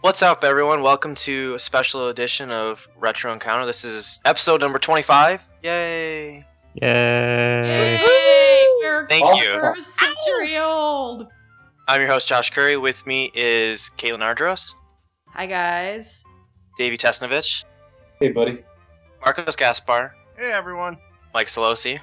What's up, everyone? Welcome to a special edition of Retro Encounter. This is episode number 25. Yay! Yay! Yay! We're, Thank we're you. a century old. I'm your host, Josh Curry. With me is Caitlin Ardros, Hi guys. Davey Tesnovich, Hey, buddy. Marcos Gaspar, Hey everyone. Mike Solosi,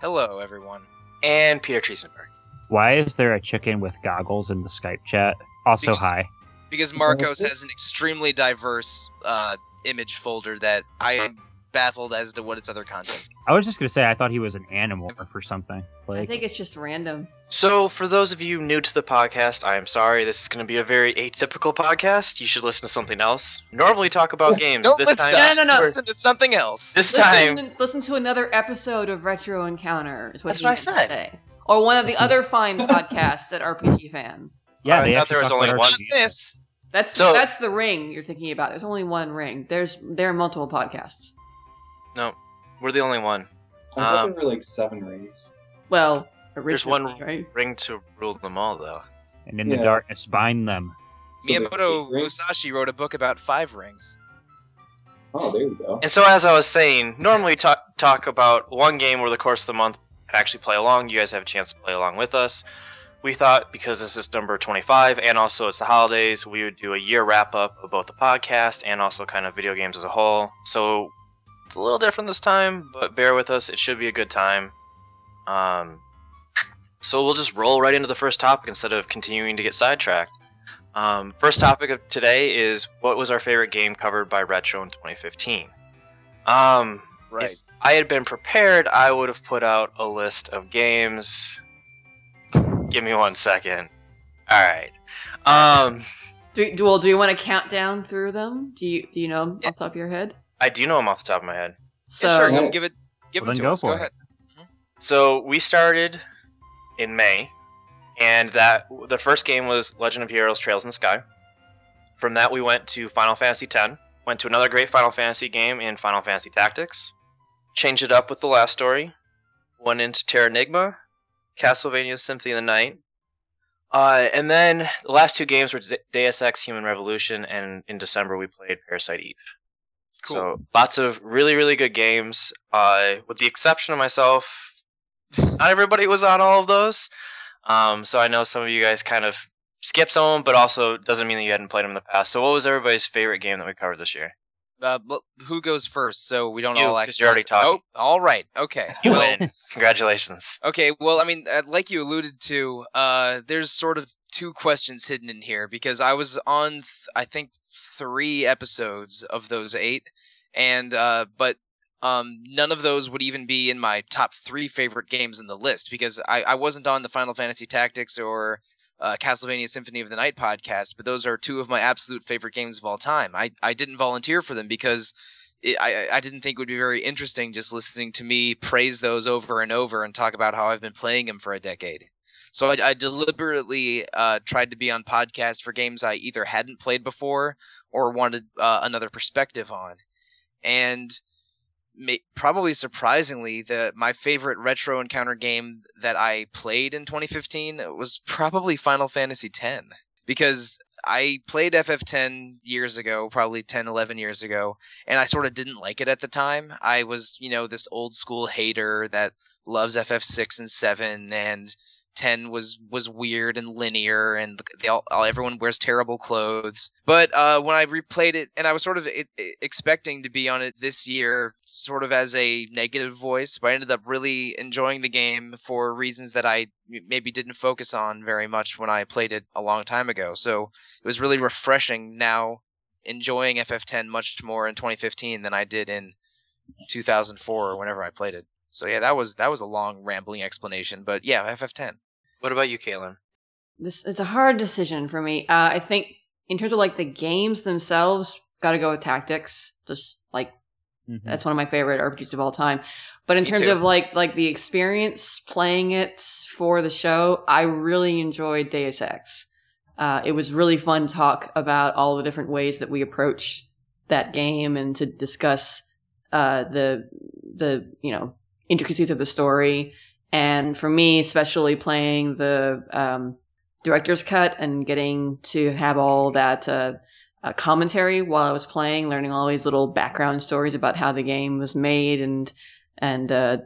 Hello, everyone. and Peter Triesenberg. Why is there a chicken with goggles in the Skype chat? Also, Because- hi. Because Is that what Marcos it has an extremely diverse uh, image folder that I am baffled as to what its other content. I was just gonna say I thought he was an animal or something. I Like, think it's just random. So, for those of you new to the podcast, I am sorry. This is going to be a very atypical podcast. You should listen to something else. Normally, we talk about games. Don't this listen time, to No, no, no. us, Listen to something else. this Listen, time, listen to another episode of Retro Encounter. Is what That's he what I meant to said. say. Or one of the other fine podcasts at RPG Fan. yeah, I they thought actually there was talked about only one. RPGs. This. That's So- that's the ring you're thinking about. There's only one ring. There's there are multiple podcasts. we're the only one. I thought Um, there were like seven rings. Well, There's originally, one- right? Ring to rule them all, though. And in the Yeah. darkness, bind them. So there's Miyamoto eight rings? Musashi wrote a book about five rings. Oh, there you go. And so, as I was saying, normally talk talk about one game over the course of the month and actually play along. You guys have a chance to play along with us. We thought because this is number 25 and also it's the holidays, we would do a year wrap up of both the podcast and also kind of video games as a whole. So it's a little different this time, but bear with us. It should be a good time. Um, so we'll just roll right into the first topic instead of continuing to get sidetracked. Um, first topic of today is what was our favorite game covered by Retro in 2015? Um, Right. I had been prepared, I would have put out a list of games. Give me one second. All right. Um, Do, do, well, do you want to count down through them? Do you do you know 'em Yeah. off the top of your head? I do know them off the top of my head. So Yeah, sure, So- go give it, give Well, it then to go us. for Go it. ahead. So we started in May, and that the first game was Legend of Heroes: Trails in the Sky. From that, we went to Final Fantasy X, went to another great Final Fantasy game in Final Fantasy Tactics, changed it up with the last story, went into Terra Terranigma, Castlevania Symphony of the Night, uh, and then the last two games were De- Deus Ex: Human Revolution, and in December we played Parasite Eve. Cool. So lots of really, really good games. Uh, with the exception of myself, not everybody was on all of those. Um, so I know some of you guys kind of skipped some of them, but also doesn't mean that you hadn't played them in the past. So what was everybody's favorite game that we covered this year? Uh, but who goes first? So we don't You, all 'cause act. you're already talking. Oh, all right. Okay. You well, win. Congratulations. Okay, well, I mean, uh, like you alluded to, uh, there's sort of two questions hidden in here because I was on, th- I think, three episodes of those eight, and uh, but um, none of those would even be in my top three favorite games in the list because I, I wasn't on the Final Fantasy Tactics or uh, Castlevania Symphony of the Night podcast, but those are two of my absolute favorite games of all time. I, I didn't volunteer for them because it, I, I- I didn't think it would be very interesting just listening to me praise those over and over and talk about how I've been playing them for a decade. So I, I deliberately uh, tried to be on podcasts for games I either hadn't played before or wanted uh, another perspective on. And ma- probably surprisingly, the my favorite retro encounter game that I played in 2015 was probably Final Fantasy X because I played FF10 years ago, probably 10, 11 years ago, and I sort of didn't like it at the time. I was, you know, this old school hater that loves FF6 and 7 and 10 was was weird and linear and they all, all everyone wears terrible clothes. But uh when I replayed it and I was sort of it, it- expecting to be on it this year sort of as a negative voice, but I ended up really enjoying the game for reasons that I m- maybe didn't focus on very much when I played it a long time ago. So it was really refreshing now enjoying FF10 much more in 2015 than I did in 2004 or whenever I played it. So yeah, that was that was a long rambling explanation, but yeah, FF10. What about you, Caitlin? this it's a hard decision for me. Uh, I think in terms of like the games themselves, got to go with tactics. Just like Mhm. that's one of my favorite RPGs of all time. But in Mm-hmm. Me terms too. of like like the experience playing it for the show, I really enjoyed Deus Ex. Uh, it was really fun to talk about all the different ways that we approach that game and to discuss uh, the the you know intricacies of the story. And for me, especially playing the um, director's cut and getting to have all that uh, uh, commentary while I was playing, learning all these little background stories about how the game was made and and uh,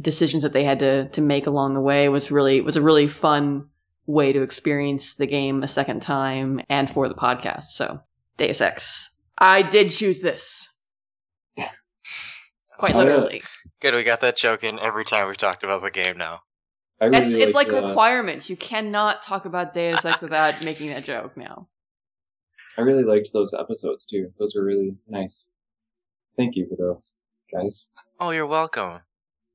decisions that they had to to make along the way was really was a really fun way to experience the game a second time and for the podcast. So Deus Ex, I did choose this. Quite Oh, yeah. literally, Good, we got that joke in every time we've talked about the game now. I really uh, it's it's like the- requirements. You cannot talk about Deus Ex without making that joke now. I really liked those episodes too. Those were really nice. Thank you for those, guys. Oh, you're welcome.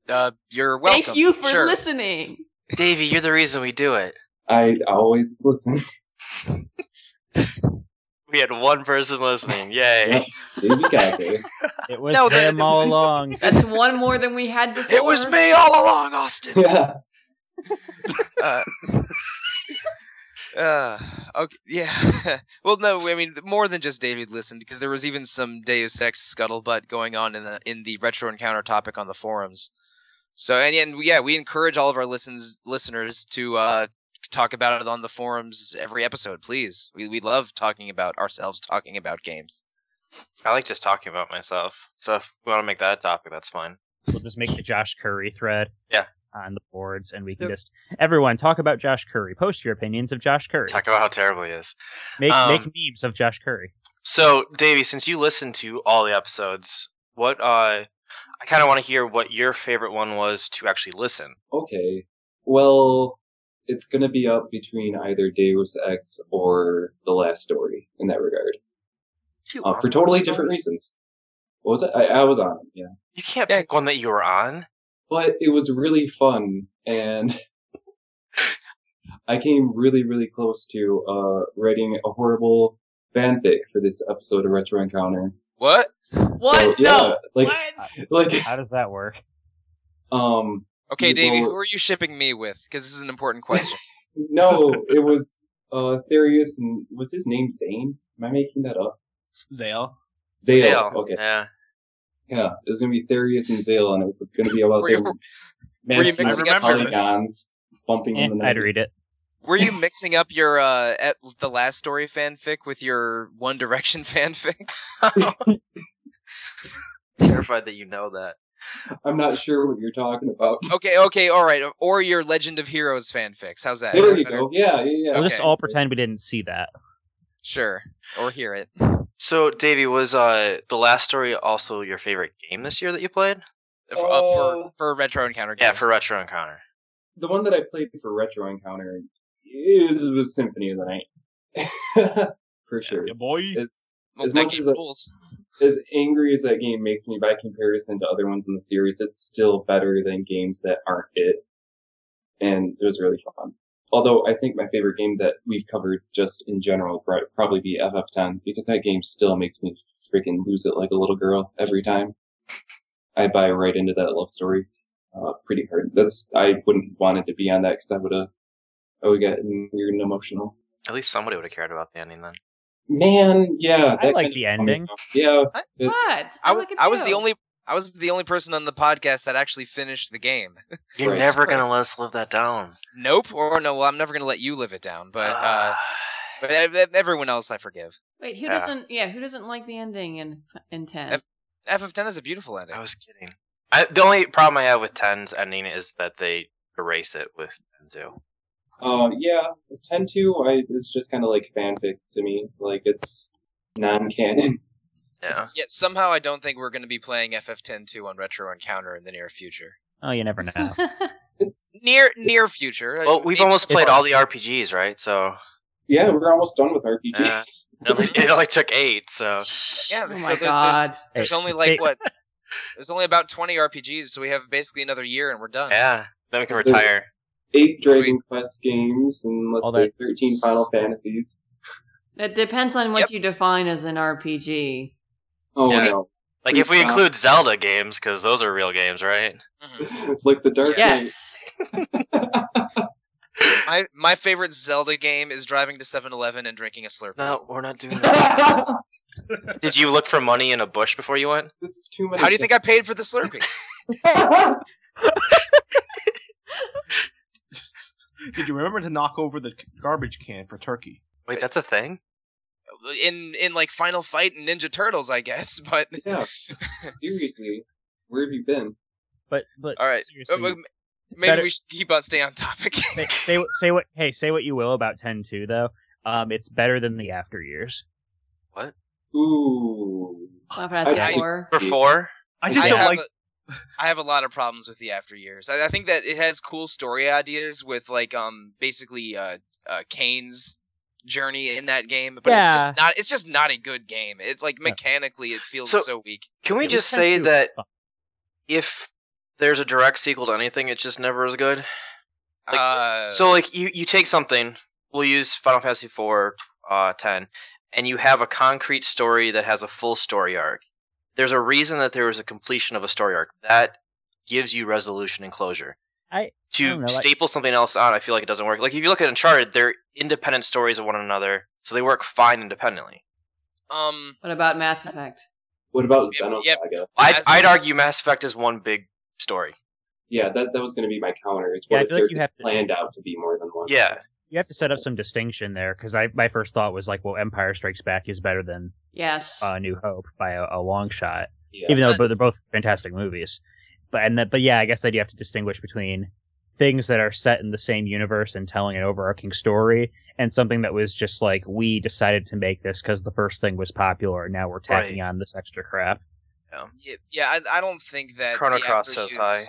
Uh, you're welcome. Thank you for Sure. listening. Davey, you're the reason we do it. I always listen. We had one person listening. Yay. Yeah. Davey got there. It was No, that- him all along. That's one more than we had before. It was me all along, Austin. Yeah. uh, uh, okay, yeah. well, no, I mean more than just David listened because there was even some Deus Ex scuttlebutt going on in the in the retro encounter topic on the forums. So and, and yeah, we encourage all of our listens listeners to uh, talk about it on the forums every episode, please. We we love talking about ourselves talking about games. I like just talking about myself. So if we want to make that a topic, that's fine. We'll just make the Josh Curry thread. Yeah. On the boards, and we can Yep. just everyone talk about Josh Curry. Post your opinions of Josh Curry. Talk about how terrible he is. Make make um, memes of Josh Curry. So, Davey, since you listened to all the episodes, what uh, I kind of want to hear what your favorite one was to actually listen. Okay. Well, it's gonna be up between either Deus Ex or The Last Story in that regard, uh, for totally different reasons. What was it? I, I was on it, yeah. You can't Yeah. pick one that you were on. but it was really fun and I came really, really close to uh, writing a horrible fanfic for this episode of Retro Encounter. What? What? So, no. like, what? like, How does that work? um, Okay, Yeah, Davey, well- who are you shipping me with? Because this is an important question. no, it was uh, Therius and was his name Zane? Am I making that up? Zale. Zale. Dale. Okay. Yeah. Yeah, it was gonna be Therius and Zale, and it was gonna be about Were you- their were you massive mixing up- polygons bumping Eh, in the night. I'd read it. Were you mixing up your uh at the last story fanfic with your One Direction fanfic? Terrified that you know that. I'm not sure what you're talking about. Okay, okay, all right. Or your Legend of Heroes fanfics. How's that? There you Better? go. Yeah, yeah, yeah. We'll just Okay. all pretend we didn't see that. Sure. Or hear it. So, Davey, was uh, the last story also your favorite game this year that you played? F- uh, Uh, for, for retro encounter games. Yeah, for Retro Encounter. the one that I played for Retro Encounter it was Symphony of the Night. for sure. Yeah, boy. As, Well, as that much game as I- rules. as angry as that game makes me by comparison to other ones in the series, it's still better than games that aren't it. And it was really fun. Although I think my favorite game that we've covered just in general would prob- probably be FF10 because that game still makes me freaking lose it like a little girl every time. I buy right into that love story, uh, pretty hard. That's I wouldn't have wanted to be on that because I would have, I would have gotten weird and emotional. At least somebody would have cared about the ending then. Man, yeah, I that like kind the of- ending. Yeah, What? it's- I, Oh, Look w- at I was the you. only I was the only person on the podcast that actually finished the game. You're Right. never going to let us live that down. nope. Or no, well, I'm never gonna let you live it down, but Ah. uh Ah. but ev- ev- everyone else I forgive. Wait, who Yeah. doesn't? Yeah, who doesn't like the ending in in ten? Ev- FF10 is a beautiful ending. I was kidding. I, the only problem I have with 10's ending is that they erase it with 10 2. Uh, yeah, ten two. I it's just kind of like fanfic to me. Like it's non-canon. Yeah. Yet somehow I don't think we're going to be playing FF10 2 on Retro Encounter in the near future. Oh, you never know. It's Near near future. uh, Well, we've maybe- almost played all the RPGs, right? So yeah, we're almost done with RPGs. Uh, it only, it only took eight. So Yeah, oh so my there- god. There's Hey, only say- like what? There's only about 20 RPGs, so we have basically another year and we're done. yeah, then we can retire. Eight Dragon Quest games and let's All say that- thirteen Final Fantasies. It depends on what you define as an RPG. Oh Yeah. no! Like if we include Zelda games, because those are real games, right? Mhm. like the Dark Knight. Yes. My my favorite Zelda game is driving to 7-Eleven and drinking a Slurpee. No, we're not doing that. Did you look for money in a bush before you went? this is too many. How do you think I paid for the Slurpee? Did you remember to knock over the garbage can for turkey? Wait, that's a thing. in in like Final Fight and Ninja Turtles, I guess. But Yeah. Seriously, where have you been? But but all right, Um, seriously, um, maybe Better- we should keep on staying on topic. say, say what- say what hey say what you will about 10-2, though. Um, it's better than the after years. Ooh. Final Fantasy I- four. For four, I just I don't have like. a- I have a lot of problems with the after years. I, I think that it has cool story ideas with like um basically uh, uh Kane's journey in that game, but it's Yeah. just not it's just not a good game. It like Yeah. mechanically it feels So- so, weak. Can we It was just say 10-2. that if there's a direct sequel to anything, it's just never as good? Like, uh, So like you you take something, we'll use Final Fantasy IV, uh, ten, and you have a concrete story that has a full story arc. There's a reason that there was a completion of a story arc that gives you resolution and closure. I- to don't know, I- staple something else on, I feel like it doesn't work. Like if you look at Uncharted, they're independent stories of one another, so they work fine independently. um What about Mass Effect? What about Yeah, Xenosaga? yeah. I'd, Mass- I'd argue Mass Effect is one big story. Yeah, that, that was going to be my counter. Is Yeah, what I if feel like there- you have it's to- planned out to be more than one? Yeah, You have to set up some distinction there because I my first thought was like, well, Empire Strikes Back is better than Yes. uh, New Hope by a, a long shot. Yeah. even though But- but they're both fantastic movies. But and that, but yeah, I guess that you have to distinguish between things that are set in the same universe and telling an overarching story, and something that was just like we decided to make this because the first thing was popular, and now we're tacking on this extra crap. yeah, yeah I, I don't think that Chrono the Cross after says hi. years-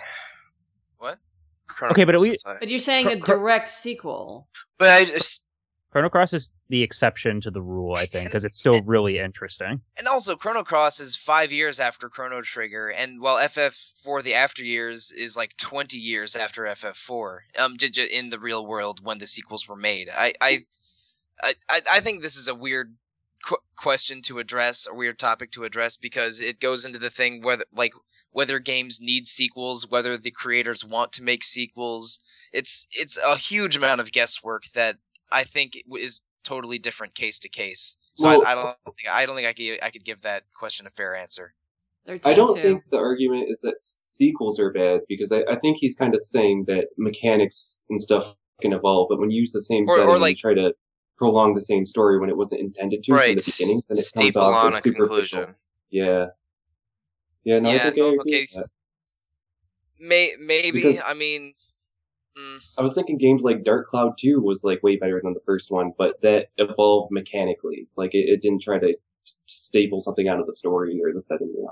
What? Chrono Okay, but Cross we- says hi. but you're saying a Cr- cr- direct sequel. But I just Chrono Cross is the exception to the rule, I think, because it's still really interesting. And also, Chrono Cross is five years after Chrono Trigger, and while FF4 The After Years is like 20 years after FF4, um, j- j- in the real world when the sequels were made. I, I, I, I I think this is a weird qu- question to address, a weird topic to address, because it goes into the thing whether, like, whether games need sequels, whether the creators want to make sequels. It's it's a huge amount of guesswork that I think is totally different case to case. So Well- I, I don't think I don't think I could I could give that question a fair answer. They're I don't 10-2. think the argument is that sequels are bad because I, I think he's kind of saying that mechanics and stuff can evolve, but when you use the same Or- setting or and like- try to prolong the same story when it wasn't intended to from right the beginning, then it comes staple off on as a superficial. conclusion. Yeah. Yeah, no, Yeah, I think I agree okay. with that. May maybe Because- I mean, mm, I was thinking games like Dark Cloud 2 was like way better than the first one, but that evolved mechanically. Like it, it didn't try to s- staple something out of the story or the setting. You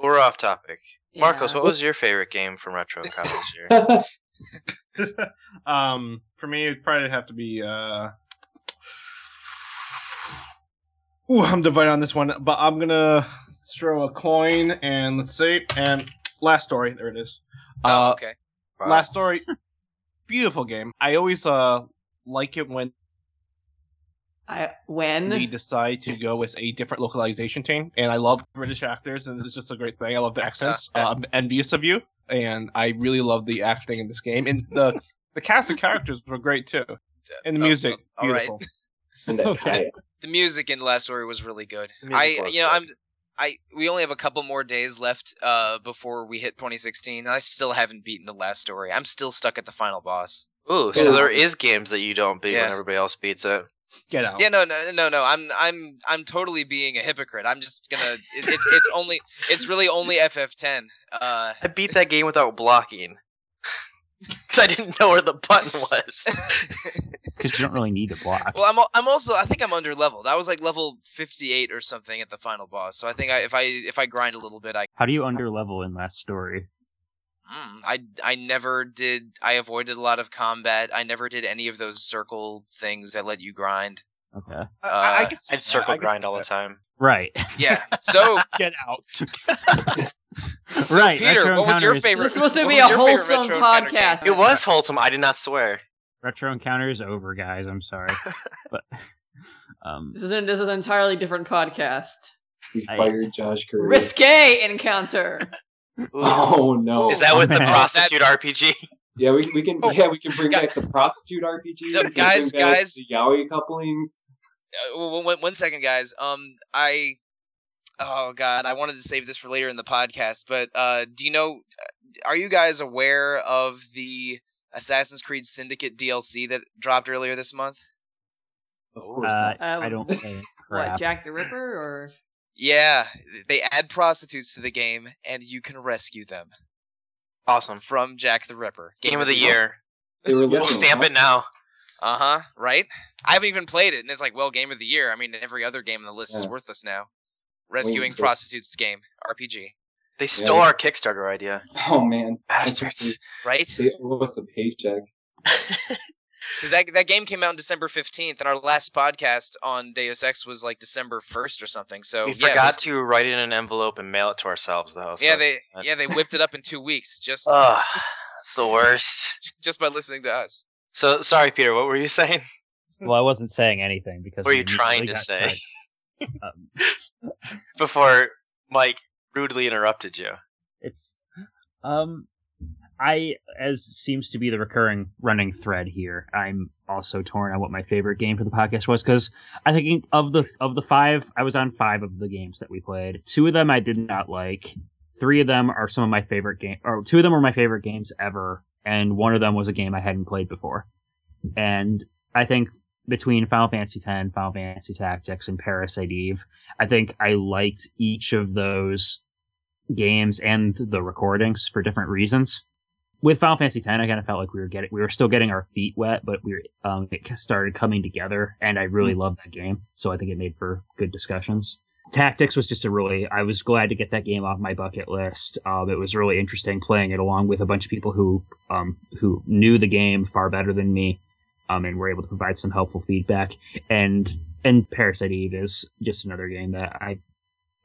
We're off topic. Marcos, Yeah. what was your favorite game from RetroCon this year? know? um, for me, it'd probably have to be. Uh... Ooh, I'm divided on this one, but I'm gonna throw a coin and let's see. And last story, there it is. oh, Uh, okay. Wow. Last story, beautiful game. I always uh like it when I, when? they decide to go with a different localization team, and I love British actors, and it's just a great thing. I love the accents. Yeah. I'm envious of you, and I really love the acting in this game, and the the cast of characters were great too, and the Oh, music, oh, all right. beautiful. and that Okay. kayak. The music in Last Story was really good. Music I was you know good. I'm I we only have a couple more days left uh before we hit 2016. and I still haven't beaten the Last Story. I'm still stuck at the final boss. Ooh, so Yeah. there is games that you don't beat Yeah. when everybody else beats it. Get Oh. out. Yeah, no, no, no, no. I'm, I'm, I'm totally being a hypocrite. I'm just gonna. It, it's, it's only, it's really only FF10. Uh, I beat that game without blocking. Because I didn't know where the button was. Because you don't really need to block. well, I'm, al- I'm also, I think I'm under leveled. I was like level 58 or something at the final boss. So I think I, if I, if I grind a little bit, I, How do you underlevel in last story? mm, I, I never did. I avoided a lot of combat. I never did any of those circle things that let you grind. Okay. I, I, I Uh, can see I'd that. circle I can grind see all the that. time. Right. Yeah. So, uh, Get out. so Right, Peter, Retro what was your Encounters- favorite? This is supposed to what be was a your favorite wholesome Retro Encounter game? podcast. It was wholesome. I did not swear. Retro encounter is over, guys. I'm sorry, but um, This is, an, this is an entirely different podcast. We I- fired Josh Curry. Risque encounter. Oh no! Is that with the man. prostitute RPG? yeah, we, we can Oh. yeah we can bring Guy- back the prostitute RPG. No, we can guys, bring back guys. the yaoi couplings. uh, w- w- one- one second, guys. Um, I, oh god, I wanted to save this for later in the podcast, but uh, do you know? Are you guys aware of the Assassin's Creed Syndicate DLC that dropped earlier this month? Of Oh. course. Uh, not. Um, I don't play What crap. Jack the Ripper or Yeah, they add prostitutes to the game, and you can rescue them Awesome. from Jack the Ripper. Game of the year. They were We'll looking stamp up- it now. Uh huh. Right? I haven't even played it, and it's like, well, game of the year. I mean, every other game on the list is Yeah. worthless now. Rescuing so- prostitutes game RPG. They stole our Kickstarter idea. Oh man, Bastards. Right? they owe us a paycheck. Because that that game came out on December fifteenth, and our last podcast on Deus Ex was like December first or something. So we yeah, forgot those- to write it in an envelope and mail it to ourselves, though. yeah, so- they yeah they whipped it up in two weeks just Ugh, it's the worst. just by listening to us. So sorry, Peter. What were you saying? Well, I wasn't saying anything because. What were we you trying to immediately say got sidetracked. um, before Mike rudely interrupted you? it's, um, I as seems to be the recurring running thread here. I'm also torn on what my favorite game for the podcast was because I think of the of the five, I was on five of the games that we played. Two of them I did not like. Three of them are some of my favorite game, or two of them were my favorite games ever, and one of them was a game I hadn't played before. And I think between Final Fantasy X, Final Fantasy Tactics, and Parasite Eve, I think I liked each of those games and the recordings for different reasons. With Final Fantasy X, I kind of felt like we were getting, we were still getting our feet wet, but we were, um, it started coming together, and I really loved that game, so I think it made for good discussions. Tactics was just a really, I was glad to get that game off my bucket list. Um, it was really interesting playing it along with a bunch of people who, um, who knew the game far better than me, um, and were able to provide some helpful feedback. And and Parasite Eve is just another game that I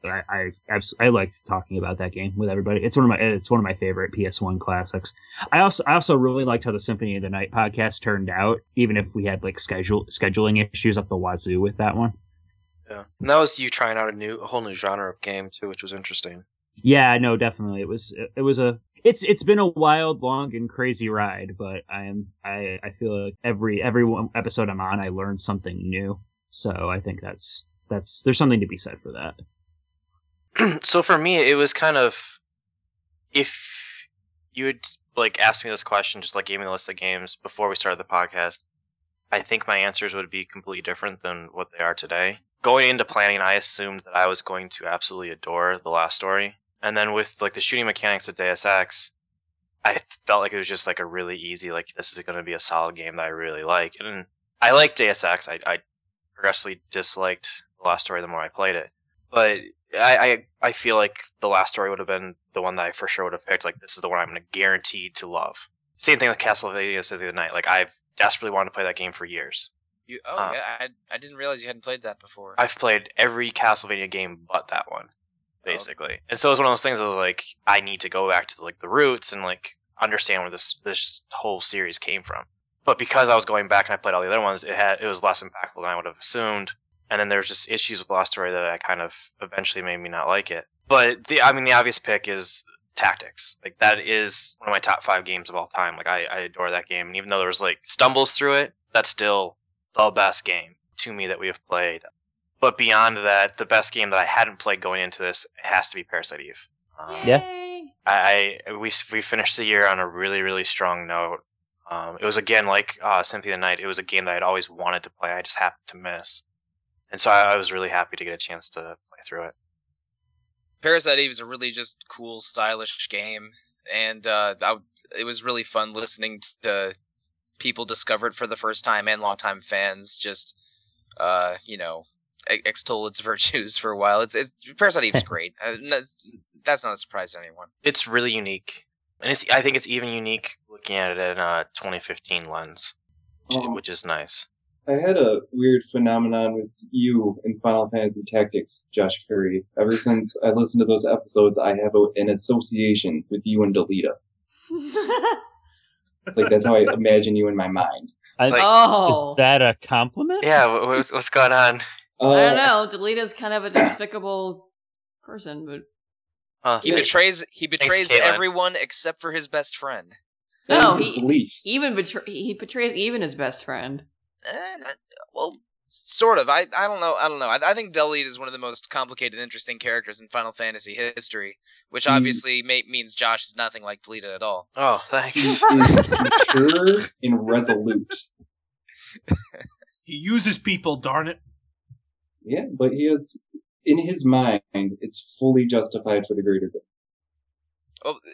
I I, abs- I liked talking about that game with everybody. It's one of my it's one of my favorite PS1 classics. I also I also really liked how the Symphony of the Night podcast turned out, even if we had like schedule scheduling issues up the wazoo with that one. Yeah, and that was you trying out a new, a whole new genre of game too, which was interesting. Yeah, no, definitely. It was it was a it's it's been a wild, long, and crazy ride, but I am I I feel like every every one episode I'm on, I learn something new. So I think that's that's there's something to be said for that. so for me, it was kind of if you had like asked me this question, just like gave me the list of games before we started the podcast, I think my answers would be completely different than what they are today. Going into planning, I assumed that I was going to absolutely adore The Last Story, and then with like the shooting mechanics of Deus Ex, I felt like it was just like a really easy like this is going to be a solid game that I really like, and I like Deus Ex. I, I progressively disliked The Last Story the more I played it, but I, I I feel like the last story would have been the one that I for sure would have picked. Like this is the one I'm gonna guaranteed to love. Same thing with Castlevania Symphony of the Night. Like I've desperately wanted to play that game for years. You, oh Uh, yeah, I I didn't realize you hadn't played that before. I've played every Castlevania game but that one, basically. And so it's one of those things of like I need to go back to like the roots and like understand where this this whole series came from. But because I was going back and I played all the other ones, it had it was less impactful than I would have assumed. And then there's just issues with Lost Story that I kind of eventually made me not like it. But the I mean the obvious pick is Tactics. Like that is one of my top five games of all time. Like I, I adore that game. And even though there was like stumbles through it, that's still the best game to me that we have played. But beyond that, the best game that I hadn't played going into this has to be Parasite Eve. Um, Yeah. Yay! I, I we we finished the year on a really really strong note. Um, it was again like uh, Cynthia the Night. It was a game that I'd always wanted to play. I just happened to miss, and so I, I was really happy to get a chance to play through it. Parasite Eve is a really just cool, stylish game, and uh, I, it was really fun listening to people discovered for the first time and longtime fans just, uh, you know, e- extol its virtues for a while. It's it's Parasite Eve's great. Uh, n- that's not a surprise to anyone. It's really unique, and it's I think it's even unique looking at it in a 2015 lens, which, Um, which is nice. I had a weird phenomenon with you in Final Fantasy Tactics, Josh Curry. Ever since I listened to those episodes, I have a, an association with you and Delita. Like that's how I imagine you in my mind. I, Like- oh, is that a compliment? Yeah, wha- what's, what's going on? Uh, I don't know. Delita's kind of a despicable person, but Huh. He Yeah. betrays he betrays Caitlin. everyone except for his best friend. that No, is his he- beliefs. even betray he betrays even his best friend. Eh, not- well, sort of. I, I don't know. I don't know. I, I think Delete is one of the most complicated, and interesting characters in Final Fantasy history, which Mm. obviously may, means Josh is nothing like Delete at all. Oh, he thanks. is mature and resolute. He uses people, darn it. Yeah, but he is in his mind. It's fully justified for the greater good.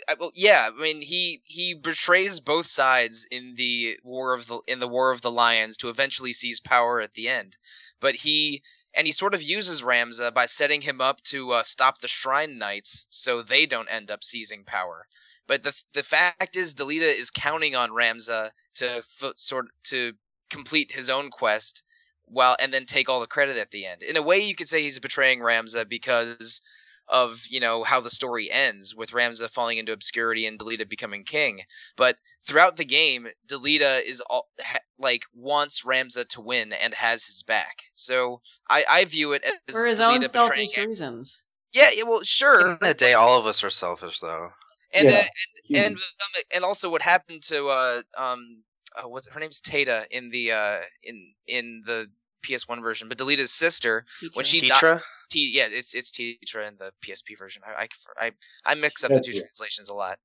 I- well, yeah, I mean he he betrays both sides in the war of the in the war of the lions to eventually seize power at the end, but he and he sort of uses Ramza by setting him up to uh, stop the Shrine Knights so they don't end up seizing power. But the the fact is, Delita is counting on Ramza to f- sort to complete his own quest, while and then take all the credit at the end. In a way, you could say he's betraying Ramza because of you know how the story ends with Ramza falling into obscurity and Delita becoming king. But throughout the game, Delita is all ha, like wants Ramza to win and has his back. So I I view it as for his Delita own betraying selfish it. reasons. Yeah, yeah, well, sure. In the day, all of us are selfish, though. And Yeah. uh, He- and um, and also what happened to uh um uh, what's her name's Tata in the uh in in the PS1 version, but Delita's sister. Teacher. When she di- Keitra? T, yeah, it's it's Tetra in the PSP version. I I I, I mix up the two Tetra. translations a lot.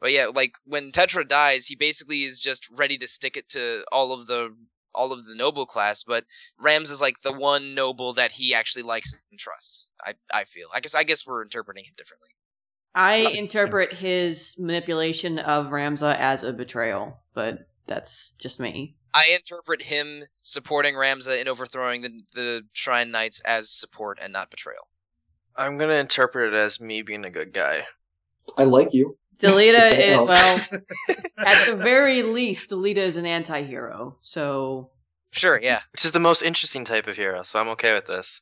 But yeah, like when Tetra dies, he basically is just ready to stick it to all of the all of the noble class, but Rams is like the one noble that he actually likes and trusts. I I feel. I guess I guess we're interpreting him differently. I interpret his manipulation of Ramza as a betrayal, but that's just me. I interpret him supporting Ramza in overthrowing the, the Shrine Knights as support and not betrayal. I'm gonna interpret it as me being a good guy. I like you. Delita is Well. well, at the very least, Delita is an anti-hero. So Sure, yeah. Which is the most interesting type of hero, so I'm okay with this.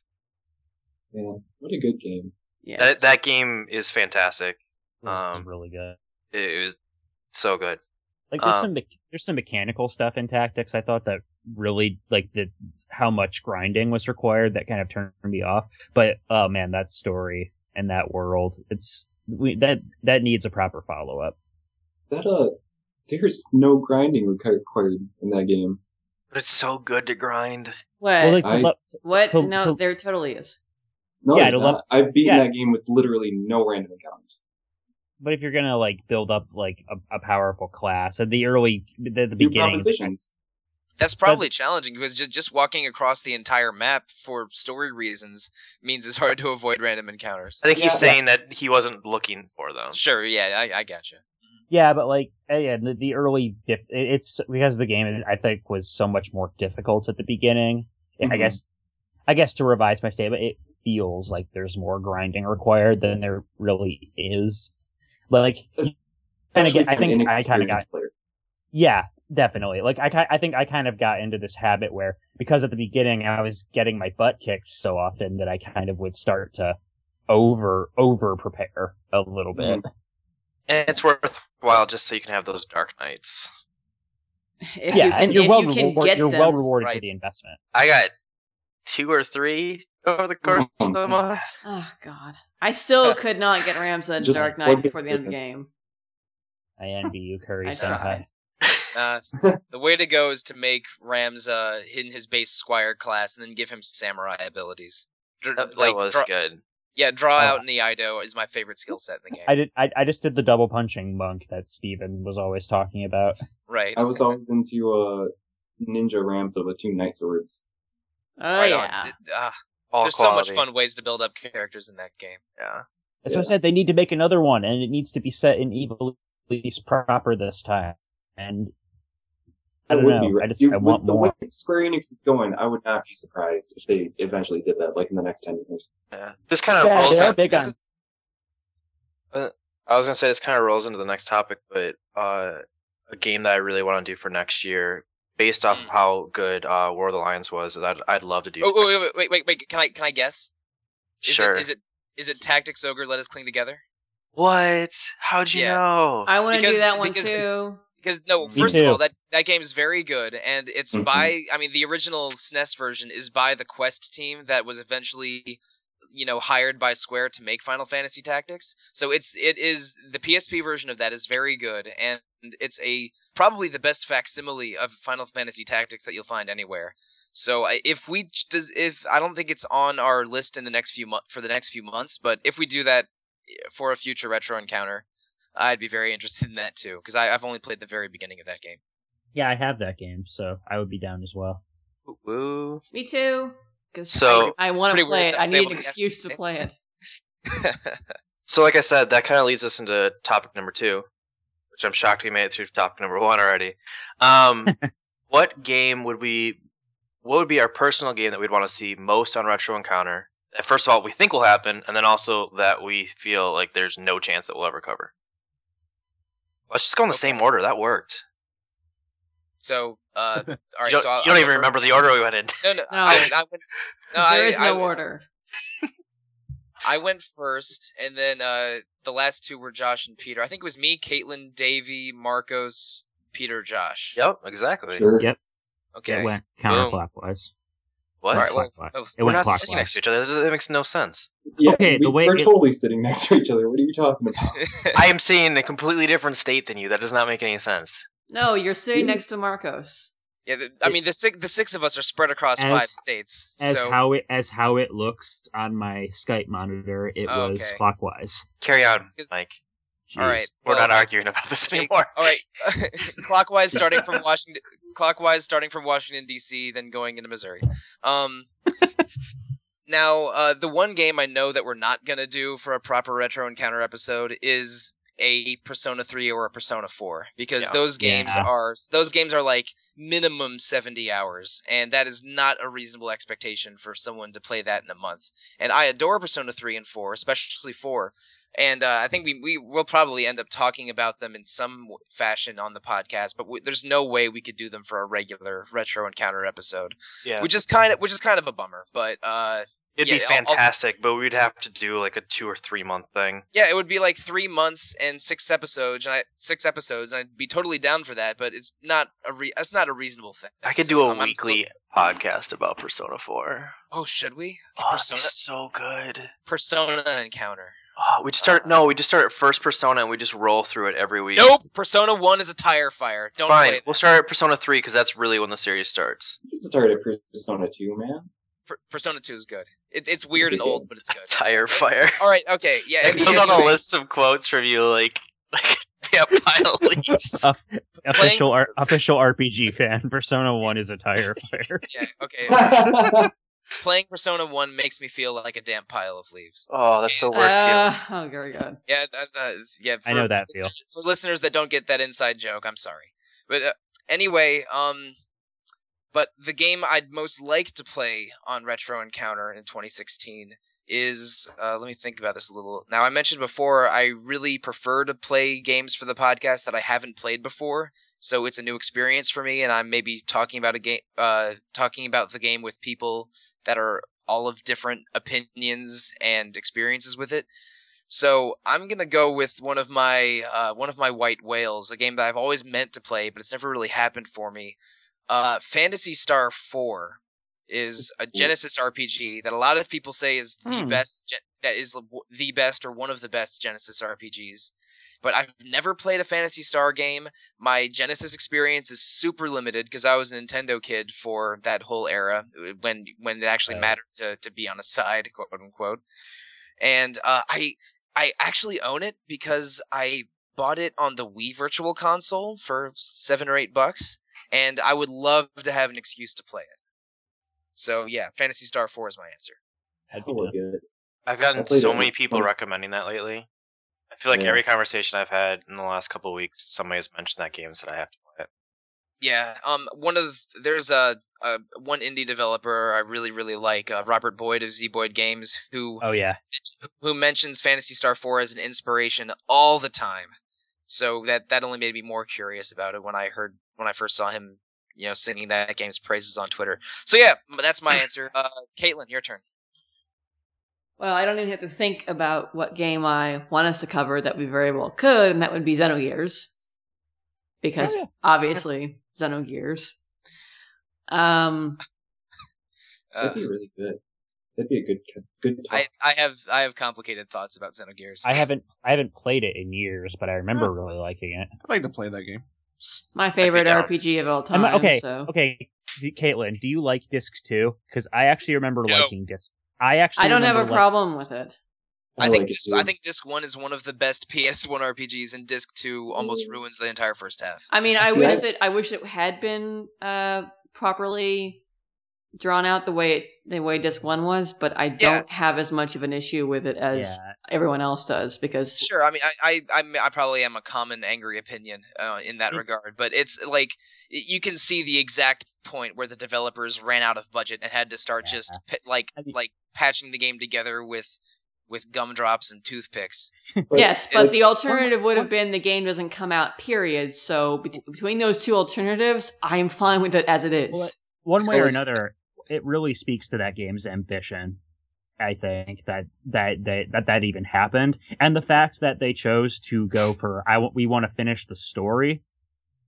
Yeah, what a good game. yes. That that game is fantastic. This Um, is really good. It was so good. Like there's um, some me- there's some mechanical stuff in tactics I thought that really like the how much grinding was required that kind of turned me off. But oh man, that story and that world, it's we, that that needs a proper follow up. That uh, there's no grinding required in that game. But it's so good to grind. what? Well, like, to I- lo- what? to- no, to- there totally is. No, Yeah, it's I'd not. love- I've beaten yeah. that game with literally no random encounters. but if you're gonna like build up like a, a powerful class at the early at the New beginning, propositions. That's probably challenging because just, just walking across the entire map for story reasons means it's hard to avoid random encounters. I think Yeah. he's saying that he wasn't looking for them. Sure, yeah, I, I gotcha. Yeah, but like eh, yeah, the, the early diff. it- It's because the game I think was so much more difficult at the beginning. I Mm-hmm. Mhm. guess, I guess to revise my statement, it feels like there's more grinding required than there really is. But like, and again, I Especially for an think I kind of got inexperienced player. yeah, definitely. Like I, ki- I think I kind of got into this habit where because at the beginning I was getting my butt kicked so often that I kind of would start to over over prepare a little bit. Mm-hmm. And it's worthwhile just so you can have those dark nights. If yeah, you can, and you're if well you can reward- get you're them, well rewarded for right. the investment. I got two or three over the course of the month. Oh God, I still could not get Ramza in Uh, Just Dark Knight plug it before the end of the in. game. I envy you, Curry. I Senpai. tried. Uh, the way to go is to make Rams uh, in his base squire class and then give him samurai abilities. Dr- That, that like, was draw- good. Yeah, draw Oh. out an Ido is my favorite skill set in the game. I did. I, I just did the double punching monk that Steven was always talking about. right. I was always into uh, Ninja Ramza with two night swords. Oh right on. yeah, D- ah, All there's quality. so much fun ways to build up characters in that game. Yeah. That's Yeah. what I said. They need to make another one, and it needs to be set in Evil East proper this time. And I That don't would know. be right. I just Dude, I want with the more. way Square Enix is going, I would not be surprised if they eventually did that, like in the next ten years. Yeah. This kind of Yeah, rolls they are up- big this on- is- Uh, I was gonna say this kind of rolls into the next topic, but uh, a game that I really want to do for next year, based off of Mm. how good uh, War of the Lions was, that I'd, I'd love to do. Oh, oh, wait, wait, wait, wait, wait. Can I can I guess? Is sure. It, is it is it Tactics Ogre? Let us cling together. What? How'd you Yeah. know? I want to do Because- that one because- too. Because no, Me first of too. all, that that game is very good, and it's Mhm. by I mean the original SNES version is by the Quest team that was eventually, you know, hired by Square to make Final Fantasy Tactics. So it's it is the PSP version of that is very good, and it's a probably the best facsimile of Final Fantasy Tactics that you'll find anywhere. So I- if we ch- does if I don't think it's on our list in the next few month for the next few months, but if we do that eh, for a future retro encounter, I'd be very interested in that too because I've only played the very beginning of that game. Yeah, I have that game, so I would be down as well. Woo, Woo. Me too. 'Cause So- I, want to Pretty play weird it. that I I was need able an to guess excuse to the name. play it. So, like I said, that kind of leads us into topic number two, which I'm shocked we made it through topic number one already. Um, what game would we, what would be our personal game that we'd want to see most on Retro Encounter? that, First of all, we think will happen, and then also that we feel like there's no chance that we'll ever cover. Let's just go in the same order. That worked. so, uh, all right. you don't, so I'll, you don't I'll even go remember the order we went in. first. No, no, I went. I went no, there I- is I no went- order. I went first, and then uh, the last two were Josh and Peter. I think it was me, Caitlin, Davey, Marcos, Peter, Josh. Yep, exactly. Sure. Yeah. Okay. It went counterclockwise. What? It went Alright, well, clockwise. oh, it We're went not clockwise. sitting next to each other. That- That makes no sense. Yeah, Okay, we, the way we're it- totally sitting next to each other. What are you talking about? I am seeing a completely different state than you. That does not make any sense. No, you're sitting next to Marcos. yeah, the, I mean the six the six of us are spread across As- five states. As so how it as how it looks on my Skype monitor, it Oh, was okay. clockwise. Carry on, Because- Mike. Jeez. all right, We're well, not arguing about this Jake- anymore. All right, clockwise starting from Washington, clockwise starting from Washington D.C., then going into Missouri. Um, now uh, the one game I know that we're not gonna do for a proper retro encounter episode is a Persona 3 or a Persona 4 because Yeah. those games Yeah. are those games are like minimum 70 hours and that is not a reasonable expectation for someone to play that in a month. And I adore Persona 3 and 4, especially 4. And uh, I think we we will probably end up talking about them in some w- fashion on the podcast, but we, there's no way we could do them for a regular retro encounter episode, Yeah. which is kind of which is kind of a bummer. But uh, It'd Yeah, be I'll- I'll- fantastic, but we'd have to do like a two or three month thing. Yeah, it would be like three months and six episodes, and I six episodes, and I'd be totally down for that. But it's not a re- that's not a reasonable thing. I could So, do a um, I'm still- weekly podcast about Persona 4. oh, should we? Oh, that'd be Persona, so good. Persona encounter. Oh, we just start. No, we just start at first Persona and we just roll through it every week. Uh, Nope, Persona One is a tire fire. Don't Fine. play it. We'll start at Persona 3 because that's really when the series starts. You started Persona 2, man. Per- Persona Two is good. It, it's weird and old, but it's good. Tire fire. All right, okay, yeah. It any- goes on a anyway, list of quotes from you, like, like a damn pile of leaves. Official Playing- R- official RPG fan. Persona One is a tire fire. Yeah, okay. That's Playing Persona One makes me feel like a damp pile of leaves. Oh, that's the worst Uh, feeling. oh, very good. Yeah, that, that- yeah. I know for that listen- feel. For listeners that don't get that inside joke, I'm sorry. But uh, anyway, um, but the game I'd most like to play on Retro Encounter in 2016 is uh, let me think about this a little. Now I mentioned before I really prefer to play games for the podcast that I haven't played before, so it's a new experience for me, and I'm maybe talking about a game, uh, talking about the game with people that are all of different opinions and experiences with it. So I'm gonna go with one of my uh, one of my white whales, a game that I've always meant to play, but it's never really happened for me. Uh, Fantasy Star Four is a Genesis RPG that a lot of people say is the Hmm. best. Gen- that is the- the best or one of the best Genesis RPGs. But I've never played a Fantasy Star game. My Genesis experience is super limited because I was a Nintendo kid for that whole era uh, when when it actually Right. mattered to to be on a side, quote unquote. And uh, I I actually own it because I bought it on the Wii Virtual Console for seven or eight bucks, and I would love to have an excuse to play it. So yeah, Fantasy Star Four is my answer. really good. I've I gotten played so it many once. people recommending that lately. I feel like Yeah. every conversation I've had in the last couple of weeks, somebody has mentioned that game and said I have to play it. Yeah, um, one of there's a, a one indie developer I really really like, uh, Robert Boyd of Z Boyd Games, who Oh yeah. uh, who mentions Fantasy Star 4 as an inspiration all the time. So that that only made me more curious about it when I heard when I first saw him, you know, singing that game's praises on Twitter. So yeah, m- that's my answer. Uh, Caitlin, your turn. Well, I don't even have to think about what game I want us to cover that we very well could, and that would be Xenogears. Because Oh, yeah. obviously, Xenogears. Um, Uh, That'd be really good. That'd be a good good talk. I I have I have complicated thoughts about Xenogears. I haven't I haven't played it in years, but I remember really liking it. I'd like to play that game. my favorite down. RPG of all I'm time. not- okay, so okay, D- Caitlin, do you like Disc Two? Because I actually remember No. liking Disc. I actually I don't have a remember li- problem with it. I think like it, disc, dude. I think Disc One is one of the best PS1 RPGs, and Disc Two almost ruins the entire first half. I mean, I See, wish I- that I wish it had been uh, properly drawn out the way it, the way disc one was, but I Yeah. don't have as much of an issue with it as Yeah. everyone else does because Sure, I mean, I, I, I'm- I probably am a common angry opinion uh, in that Mm. regard, but it's like y- you can see the exact point where the developers ran out of budget and had to start Yeah. just pi- like I mean- like patching the game together with with gumdrops and toothpicks. But yes, like- but the alternative would have been the game doesn't come out. Period. So bet- between those two alternatives, I am fine with it as it is. Well, one way or Like- another, it really speaks to that game's ambition. I think that that that that, that even happened, and the fact that they chose to go for I want we want to finish the story,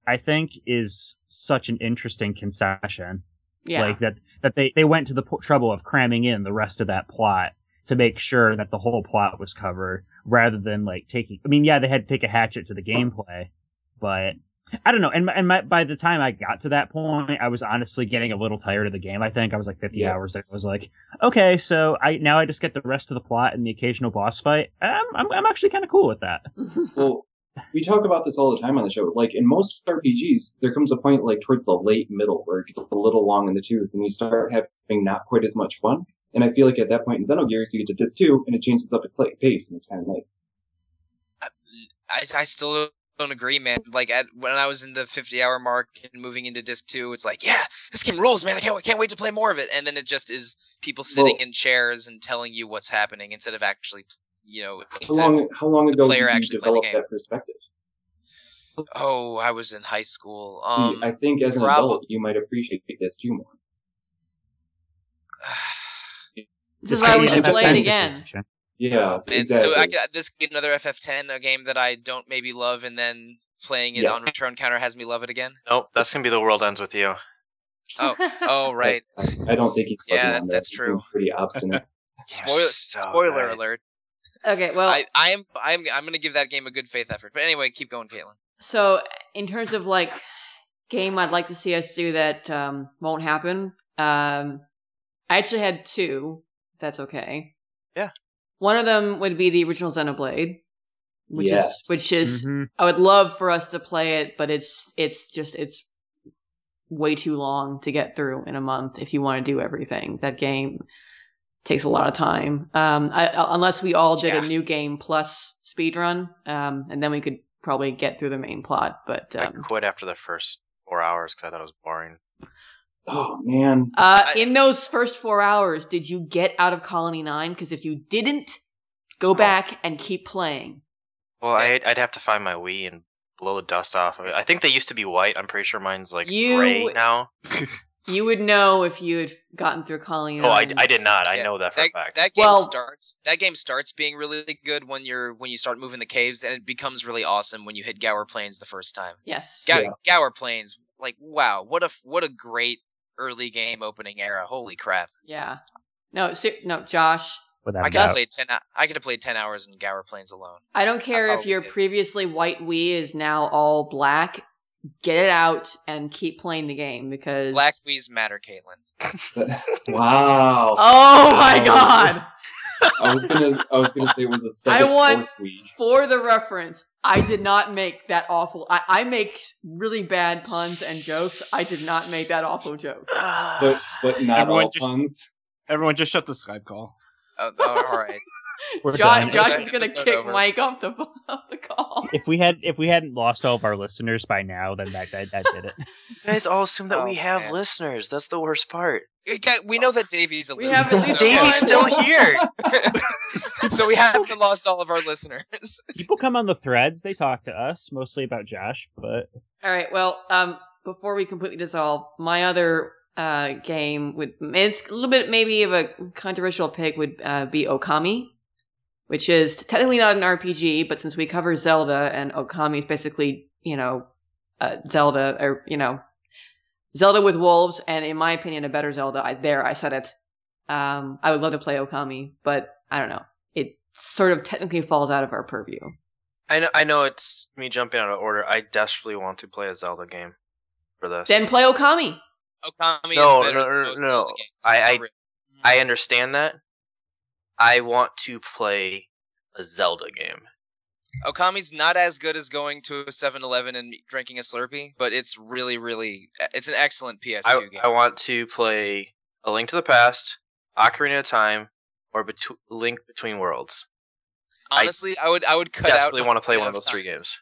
I think is such an interesting concession. yeah, Like that that they they went to the p- trouble of cramming in the rest of that plot to make sure that the whole plot was covered, rather than like taking. I mean, yeah, they had to take a hatchet to the gameplay, but I don't know. And my- and my, by the time I got to that point, I was honestly getting a little tired of the game. I think I was like 50 Yes. hours. There. I was like, okay, so I now I just get the rest of the plot and the occasional boss fight. I'm I'm, I'm actually kind of cool with that. Well, we talk about this all the time on the show. Like in most RPGs, there comes a point like towards the late middle where it gets a little long in the tooth, and you start having not quite as much fun. And I feel like at that point in Xenogears, you get to Disc 2, and it changes up its play- pace, and it's kind of nice. I, I still don't agree, man. Like at when I was in the 50 hour mark and moving into disc two, it's like, yeah, this game rules, man. I can't, I can't wait to play more of it. And then it just is people sitting Well- in chairs and telling you what's happening instead of actually, you know, How instead of- long, how long ago did player you actually play the develop game. that perspective? oh, I was in high school. See, Um, I think as an prob- adult, you might appreciate this too more. this is I why mean, we should that's play it fantasy. again. Yeah, man, exactly. so I could, this could be another FF10, a game that I don't maybe love, and then playing it Yes. on return counter has me love it again. Nope, that's gonna be the world ends with you. Oh, right. I, I don't think he's fucking Yeah, on that. that's He true. seems Pretty obstinate. Spoil- You're so spoiler bad. alert. oh. okay, well, I, I am I'm I'm gonna give that game a good faith effort. But anyway, keep going, Caitlin. so in terms of like game i'd like to see us do that um, won't happen um, i actually had two if that's okay Yeah. one of them would be the original xenoblade which Yes. is which is Mhm. i would love for us to play it but it's it's just it's way too long to get through in a month if you want to do everything that game takes a lot of time um I, I- unless we all did a Yeah. new game plus speed run um and then we could probably get through the main plot but I um, quit after the first four hours because I thought it was boring. Oh, man. Uh, I- in those first four hours, did you get out of Colony Nine? Because if you didn't, go back and keep playing. Well, I'd, I'd have to find my Wii and blow the dust off of it. I think they used to be white. I'm pretty sure mine's like You- gray now. You would know if you had gotten through Colony Nine. Oh, I, I did not. I Yeah, know that for That, a fact. that game Well- starts that game starts being really good when you're when you start moving the caves and it becomes really awesome when you hit Gower Plains the first time. Yes. Ga- Yeah. Gower Plains, like wow, what a f- what a great early game opening era. Holy crap. yeah. No, se- no, Josh. Without I a could have uh, doubt. played ten hou- I could have played ten hours in Gower Plains alone. I don't care if probably your did. previously white Wii is now all black. Get it out and keep playing the game because. Black Wii's matter, Caitlin. wow. Oh my God! I was gonna, I was gonna say it was a I Sega want- Sports Week. For the reference, I did not make that awful. I, I make really bad puns and jokes. I did not make that awful joke. but but not Everyone all just- puns. Everyone, just shut the Skype call. Oh, oh, all right. We're John, done. Josh Okay. is gonna Episode kick over. Mike off the off the call. If we had if we hadn't lost all of our listeners by now, then that that, that did it. you guys all assume that Oh, we have man. listeners. That's the worst part. We got- We know that Davey's a We listener, have at least so- one. Davey's still here. so we haven't lost all of our listeners. people come on the threads they talk to us mostly about josh but All right. Well, um, before we completely dissolve, my other uh game would it's a little bit maybe of a controversial pick would uh, be Okami, which is technically not an RPG, but since we cover Zelda and Okami is basically you know uh, Zelda or you know Zelda with wolves, and in my opinion, a better Zelda. I, there, I said it. Um, I would love to play Okami, but I don't know. It sort of technically falls out of our purview. I know. I know it's me jumping out of order. I desperately want to play a Zelda game for this. Then play Okami. Okami No, is better no, than no, most no, Zelda no. games. I- I- For real. I understand that. I want to play a Zelda game. Mm. Okami's not as good as going to a 7-Eleven and drinking a Slurpee, but it's really, really, it's an excellent PS2 I, game. I want to play A Link to the Past, Ocarina of Time, or betw Link Between Worlds. I Honestly, I, would I would cut Desperately out. want to play one of those three games.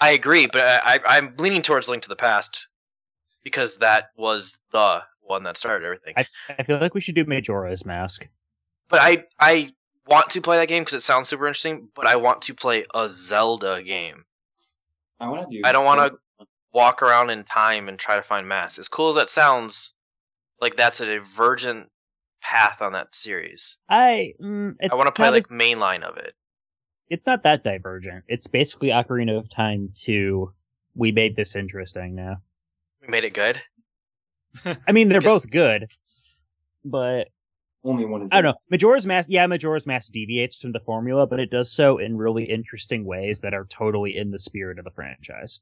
I agree, but I, I, I'm leaning towards Link to the Past because that was the one that started everything. I, I feel like we should do Majora's Mask. but I I want to play that game because it sounds super interesting. But I want to play a Zelda game. I want to do. I don't wanna- Walk around in time and try to find masks. As cool as that sounds, like that's a divergent path on that series. I mm, it's I want to play not like as- main line of it. it's not that divergent. It's basically Ocarina of Time two. We made this interesting now. We made it good. I mean, they're Just- both good, but Only one is. I don't know. Majora's Mask, yeah, Majora's Mask deviates from the formula, but it does so in really interesting ways that are totally in the spirit of the franchise.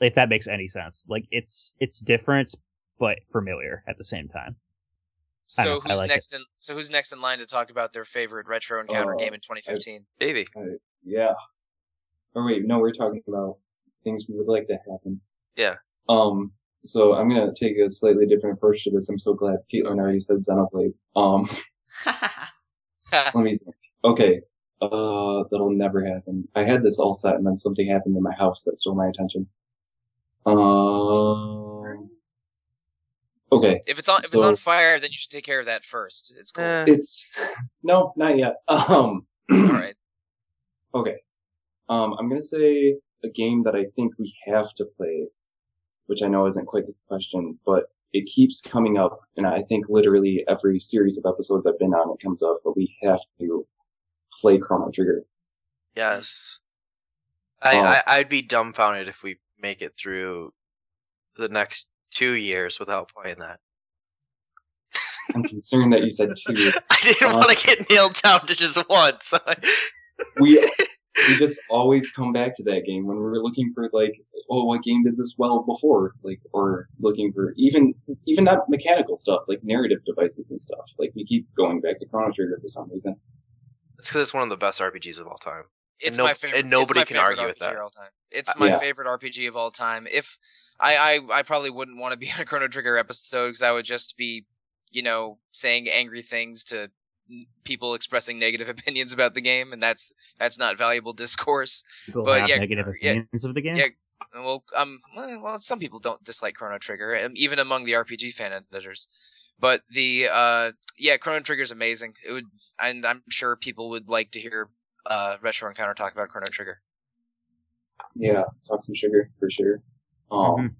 If that makes any sense, like it's it's different but familiar at the same time. I So don't know, I who's like it. next in? So who's next in line to talk about their favorite retro encounter Oh, game in 2015? Baby. Yeah. Or wait, no, we're talking about things we would like to happen. Yeah. Um. So I'm gonna take a slightly different approach to this. I'm so glad Caitlin already said Xenoblade. Um. Let me think. Okay. Uh, that'll never happen. I had this all set and then something happened in my house that stole my attention. Um. Okay. if it's on if it's on So- fire, then you should take care of that first. It's cool. Eh. It's no, not yet. Um. All right. Okay. Um, I'm gonna say a game that I think we have to play, which I know isn't quite the question, but it keeps coming up, and I think literally every series of episodes I've been on, it comes up. But we have to play Chrono Trigger. Yes. I, Oh. I I'd be dumbfounded if we make it through the next two years without playing that. I'm concerned that you said two. I didn't Uh. want to get nailed down to just one. So I, We we just always come back to that game when we were looking for like, oh, what game did this well before? Like, or looking for even even not mechanical stuff, like narrative devices and stuff. Like we keep going back to Chrono Trigger for some reason. it's because it's one of the best RPGs of all time. It's no- my favorite. and nobody it's my can favorite argue with RPG that. of All time. It's Uh, my yeah. favorite RPG of all time. If I I, I probably wouldn't want to be on a Chrono Trigger episode because I would just be, you know, saying angry things to n- people expressing negative opinions about the game, and that's that's not valuable discourse. People But have yeah, negative yeah, opinions of the game. yeah, And Well, um, well, some people don't dislike Chrono Trigger, um, even among the RPG fan editors. But the uh, yeah, Chrono Trigger's amazing. It would, and I'm sure people would like to hear uh, Retro Encounter talk about Chrono Trigger. Yeah, talk some sugar for sure. Um, Mhm.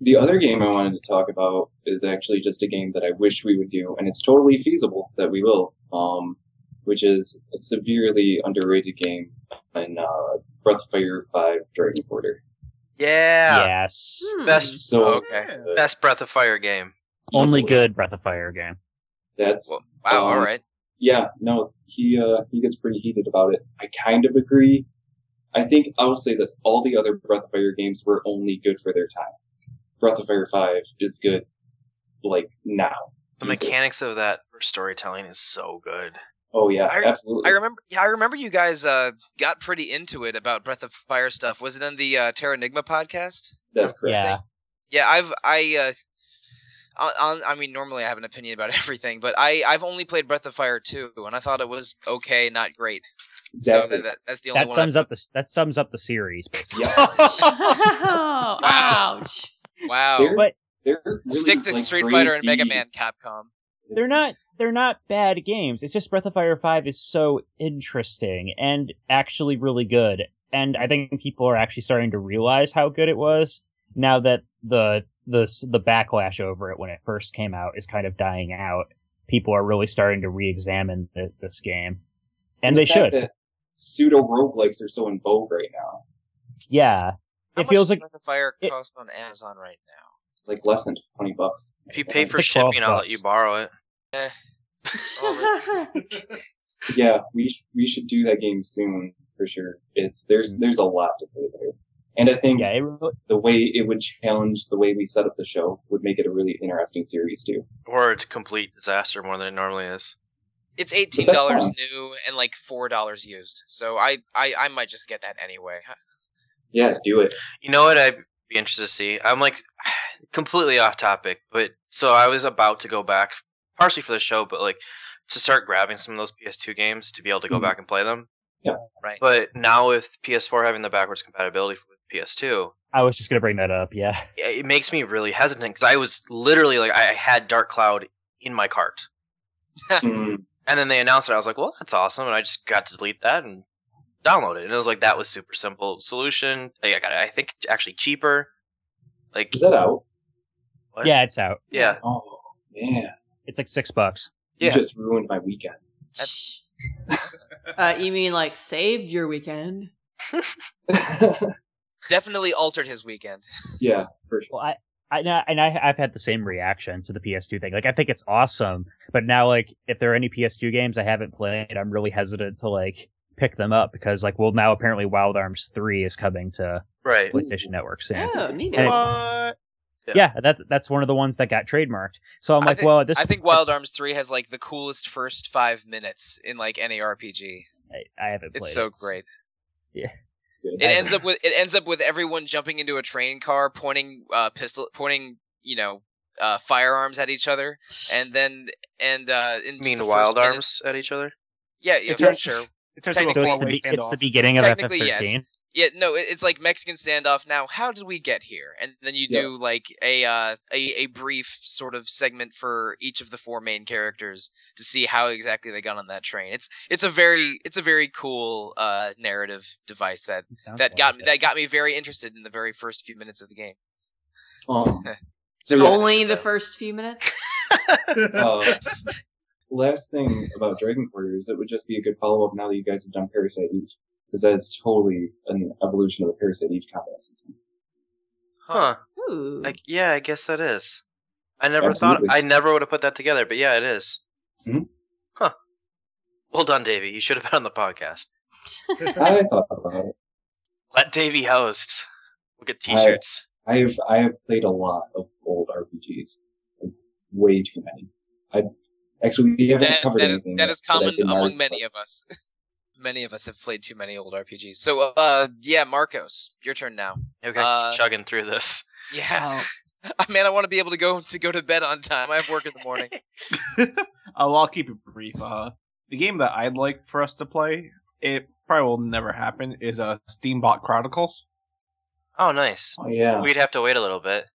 The other game I wanted to talk about is actually just a game that I wish we would do, and it's totally feasible that we will, um, which is a severely underrated game in uh, Breath of Fire 5 Dragon Quarter. Yeah. Yes, Hmm. Best So Okay. uh, best Breath of Fire game. only good Breath of Fire game. that's Well, wow. all Um, right. yeah, no, he uh, he gets pretty heated about it. I kind of agree. I think I will say this: all the other Breath of Fire games were only good for their time. Breath of Fire Five is good, like now. The Easily. mechanics of that for storytelling is so good. Oh yeah, I- absolutely. I remember. Yeah, I remember you guys uh, got pretty into it about Breath of Fire stuff. Was it on the uh, Terra Enigma podcast? That's correct. Yeah, Yeah, I've I. Uh, on, on, I mean, normally I have an opinion about everything, but I I've only played Breath of Fire two, and I thought it was okay, not great. Exactly. So that, that, that's the only that one. sums I've- up the s- that sums up the series. Basically. oh, ouch. Wow. They're But- they're really, oh. Stick to like, Street great Fighter and Mega beat. Man, Capcom. they're It's- not they're not bad games. It's just Breath of Fire 5 is so interesting and actually really good. And I think people are actually starting to realize how good it was now that the the the backlash over it when it first came out is kind of dying out. People are really starting to re-examine th this game. And the they fact should. That pseudo roguelikes are so in vogue right now, yeah. How It much feels does like- Breath of Fire it- cost on Amazon right now. like less than twenty bucks. If you pay for It's like 12 shipping, I'll let bucks. you borrow it. yeah, we sh- we should do that game soon for sure. It's there's there's a lot to say there, and I think Yeah, it really, the way it would challenge the way we set up the show would make it a really interesting series too. Or it's a complete disaster more than it normally is. It's eighteen dollars fine. new and like four dollars used. So I, I I might just get that anyway. Yeah, do it. You know what I'd be interested to see? I'm like completely off topic, but so I was about to go back partially for the show, but like to start grabbing some of those PS2 games to be able to go Mhm. back and play them. Yeah. Right. But now with PS4 having the backwards compatibility with PS2, I was just gonna bring that up. Yeah. it makes me really hesitant because I was literally like I had Dark Cloud in my cart, Mm, and then they announced it. I was like, well, that's awesome, and I just got to delete that and download it. And it was like that was super simple solution. Like, I got it, I think actually cheaper. Like is that out? what? Yeah, it's out. yeah, Oh man, It's like six bucks. Yeah. you just ruined my weekend. Shh. Uh, you mean like saved your weekend? Definitely altered his weekend. yeah, for sure. Well, I, I and I- and I, I've had the same reaction to the PS2 thing. Like, I think it's awesome, but now, like, if there are any PS2 games I haven't played, I'm really hesitant to like pick them up because, like, well, now apparently Wild Arms Three is coming to right. PlayStation Network soon. Oh, neat. Hey. What? Yeah, that's that's one of the ones that got trademarked. So I'm I like, think- well, at this I think Wild Arms 3 has like the coolest first five minutes in like any RPG. I, I haven't played. It's so it. great. It's good. It ends up with it ends up with everyone jumping into a train car, pointing uh, pistol, pointing you know uh, firearms at each other, and then and uh, in You just mean the wild first minute- arms at each other? Yeah, yeah, It's for not- sure. It turns into a So it's four the, way be- it's the standoff. beginning of Technically, FF13. Yeah, no, it- it's like Mexican standoff. Now, how did we get here? And then you Yeah. do like a uh, a a brief sort of segment for each of the four main characters to see how exactly they got on that train. It's it's a very it's a very cool uh, narrative device that It sounds that like got it. me that got me very interested in the very first few minutes of the game. Um, so yeah, Only the first few minutes. uh, last thing about Dragon Warriors, it would just be a good follow up now that you guys have done Parasite Eve, because that is totally an evolution of the Parasite Eve combat system. Huh. Ooh. Like yeah, I guess that is. I never Absolutely. thought I never would have put that together, but yeah, it is. Mhm. Huh. Well done, Davey. You should have been on the podcast. I thought about it. Let Davey host. We'll get T-shirts. I have I have played a lot of old RPGs, like, way too many. I actually we haven't That, covered that is anything that yet, is but I common did not- among many of us. many of us have played too many old RPGs. So, uh, yeah, Marcos, your turn now. Okay, I Uh, keep chugging through this. Yeah. Oh, Um, Man, I want to be able to go to go to bed on time. I have work in the morning. Oh, I'll keep it brief. Uh, the game that I'd like for us to play, it probably will never happen, is uh, Steambox Chronicles. Oh, nice. Oh yeah, We'd have to wait a little bit.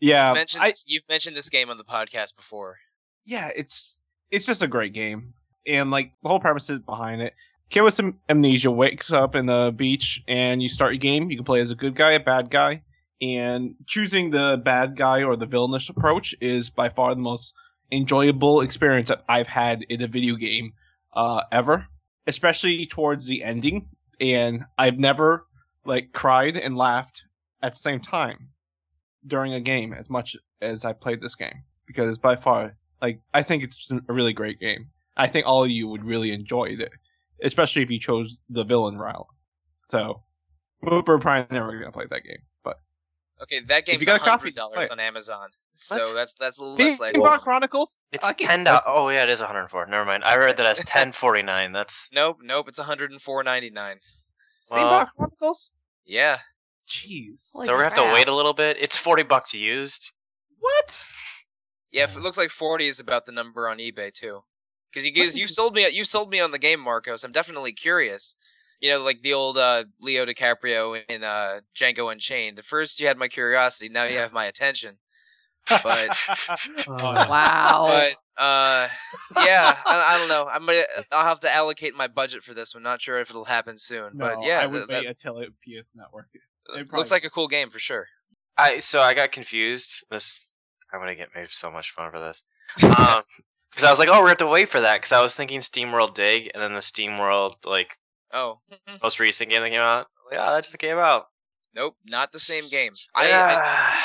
Yeah, You've mentioned, Um, I, you've mentioned this game on the podcast before. yeah, it's it's just a great game, and like the whole premise is behind it. Kid with some amnesia wakes up in the beach, and you start your game. You can play as a good guy, a bad guy, and choosing the bad guy or the villainous approach is by far the most enjoyable experience that I've had in a video game uh, ever. Especially towards the ending, and I've never like cried and laughed at the same time during a game as much as I played this game because it's by far like I think it's just a really great game. I think all of you would really enjoy it, especially if you chose the villain route. So we're we're probably never gonna play that game. But Okay, that game's you got a copy, hundred dollars play it. on Amazon. So What? that's that's a little less Steam likely. Rock Chronicles. It's I can- ten dollars. Oh yeah, it is one hundred four. Never mind. I read that as ten forty nine. That's Nope, nope. It's one hundred and four ninety nine. Steam Rock Chronicles. Yeah, Jeez, so we're gonna have to wait a little bit. It's forty bucks used. what? yeah. If it looks like forty is about the number on eBay too, because you guys you sold me you sold me on the game, Marcos. I'm definitely curious. You know, like the old uh, Leo DiCaprio in uh, Django Unchained. At first, you had my curiosity. Now you have my attention. But Oh. wow. but uh, yeah, I, I don't know. I'm gonna, I'll have to allocate my budget for this one. Not sure if it'll happen soon, No, but yeah, I that- would wait until it PS Network. that It looks probably- like a cool game for sure. I so I got confused. This I'm gonna get made so much fun for this. Um, because I was like, oh, we have to wait for that. Because I was thinking SteamWorld Dig, and then the SteamWorld like Oh, most recent game that came out. Like, oh, that just came out. nope, not the same game. I,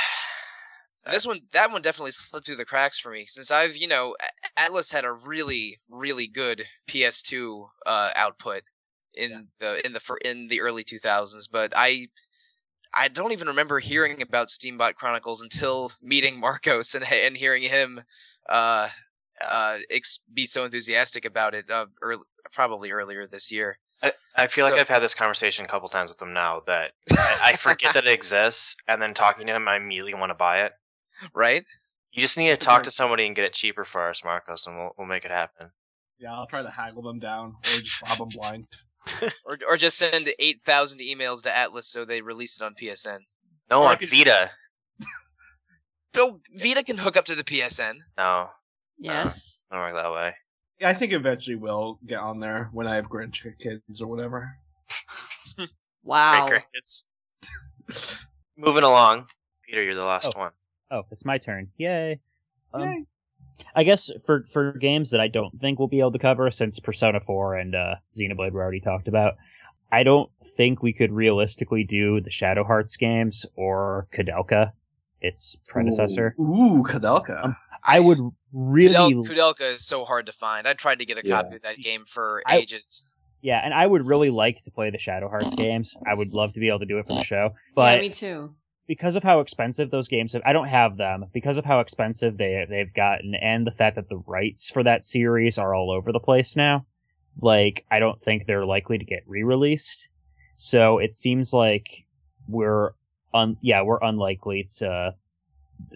I this one, that one definitely slipped through the cracks for me since I've you know A- Atlas had a really really good PS2 uh, output in the in the fir- in the early 2000s, but I. I don't even remember hearing about Steambot Chronicles until meeting Marcos and and hearing him uh, uh, ex- be so enthusiastic about it uh, early, probably earlier this year. I, I feel like So- I've had this conversation a couple times with him now that I, I forget that it exists, and then talking to him, I immediately want to buy it. right? You just need to talk to somebody and get it cheaper for us, Marcos, and we'll, we'll make it happen. Yeah, I'll try to haggle them down or just bob them blind. Or or just send eight thousand emails to Atlas so they release it on PSN. No, Or I on could- Vita. Bill Vita can hook up to the PSN. No, Yes. don't work that way. Yeah, I think eventually we'll get on there when I have grandkids kids or whatever. wow. Great grandkids. Moving along. Peter, you're the last one. Oh, it's my turn. Yay. Um, Yay. I guess for for games that I don't think we'll be able to cover, since Persona 4 and uh, Xenoblade were already talked about, I don't think we could realistically do the Shadow Hearts games or Kadelka, its predecessor. Um, Ooh, Kadelka. I would really, Kudel- Kudelka is so hard to find. I tried to get a Yeah. copy of that game for I- ages. yeah, and I would really like to play the Shadow Hearts games. I would love to be able to do it for the show, but yeah, me too. because of how expensive those games have, I don't have them because of how expensive they they've gotten, and the fact that the rights for that series are all over the place now. Like, I don't think they're likely to get re-released. So it seems like we're un yeah we're unlikely to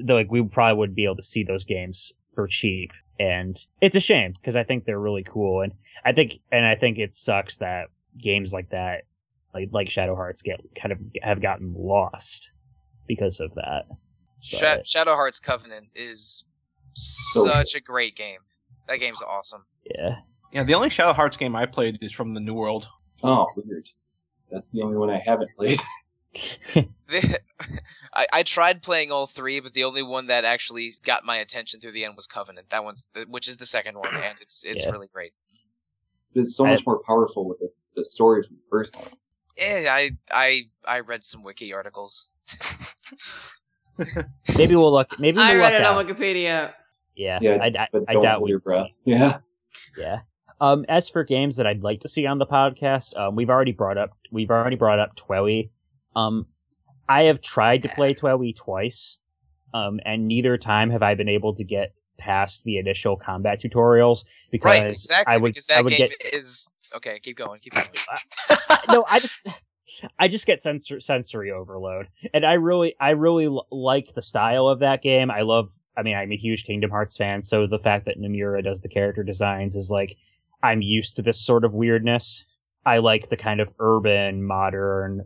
though, like we probably wouldn't be able to see those games for cheap, and it's a shame because I think they're really cool, and I think and I think it sucks that games like that like like Shadow Hearts get kind of have gotten lost because of that. Sha- But- Shadow Hearts Covenant is So such a great game. That game's awesome. Yeah. Yeah, the only Shadow Hearts game I played is from the New World. Oh, weird. That's the only one I haven't played. The- I, I tried playing all three, but the only one that actually got my attention through the end was Covenant. That one's, the, which is the second one, and it's it's Yeah. really great. It's so much more powerful with the, the story from the first one. Eh, I I I read some wiki articles. Maybe we'll look. Maybe we'll I look read it out. on Wikipedia. yeah. Yeah, I, I, But I don't doubt hold we- your breath. Yeah. Yeah. Um, as for games that I'd like to see on the podcast, um, we've already brought up we've already brought up Twelly. Um, I have tried to play Twelly twice, um, and neither time have I been able to get past the initial combat tutorials because Right, exactly. I would because that I would game get is okay. Keep going. Keep going. no, I just I just get sensor, sensory overload, and I really I really l- like the style of that game. I love. I mean, I'm a huge Kingdom Hearts fan, so the fact that Nomura does the character designs is like I'm used to this sort of weirdness. I like the kind of urban, modern,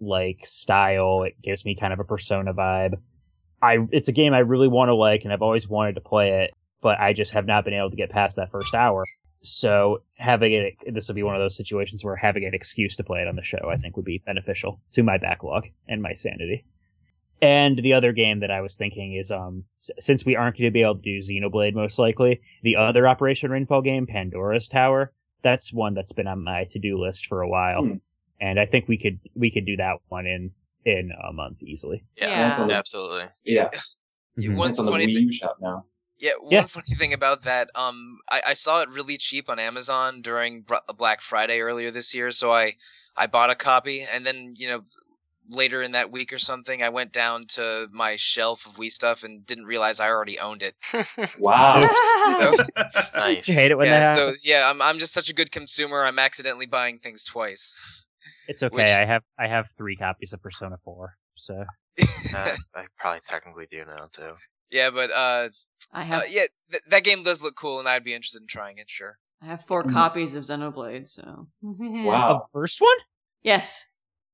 like style. It gives me kind of a persona vibe. I it's a game I really want to like, and I've always wanted to play it, but I just have not been able to get past that first hour. So having it, this will be one of those situations where having an excuse to play it on the show, I think, would be beneficial to my backlog and my sanity. And the other game that I was thinking is, um, s- since we aren't going to be able to do Xenoblade most likely, the other Operation Rainfall game, Pandora's Tower, that's one that's been on my to-do list for a while, Hmm. and I think we could we could do that one in in a month easily. Yeah. Yeah. absolutely. Yeah. Mhm. One It's on the funny Wii thing- U shop now. Yeah, one Yeah. funny thing about that, um, I, I saw it really cheap on Amazon during Br- Black Friday earlier this year, so I, I bought a copy, and then you know, later in that week or something, I went down to my shelf of Wii stuff and didn't realize I already owned it. Wow. Oh, So Nice. You hate it when that yeah, so happens. yeah, I'm I'm just such a good consumer. I'm accidentally buying things twice. it's okay. which- I have I have three copies of Persona Four, so Uh, I probably technically do now too. yeah, but uh, I have uh yeah, th- that game does look cool, and I'd be interested in trying it. Sure. I have four Mm. copies of Xenoblade, so of Wow. the first one. Yes.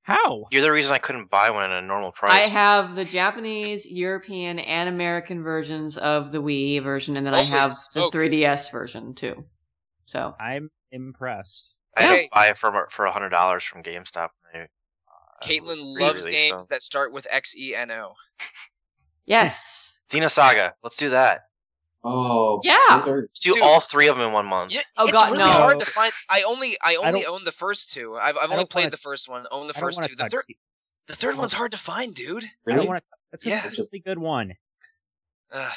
How? You're the reason I couldn't buy one at a normal I price. have the Japanese, European, and American versions of the Wii version, and then I Holy have the smoke. 3DS version too. So I'm impressed. I had Okay. to buy it for for hundred dollars from GameStop. when they, uh, Caitlin re-released loves games them. that start with X E N O. yes, Xenosaga. Let's do that. Oh. Yeah. Those are, Let's do Dude. all three of them in one month. Yeah, Oh, it's God, really no. hard to find. I only I I only don't- own the first two. I've, I've only don't played wanna- the first one. Own the I don't first want two. to The touch. third it. the third one's hard to find, dude. I don't really? want to. That's Yeah. a really good one. Ugh.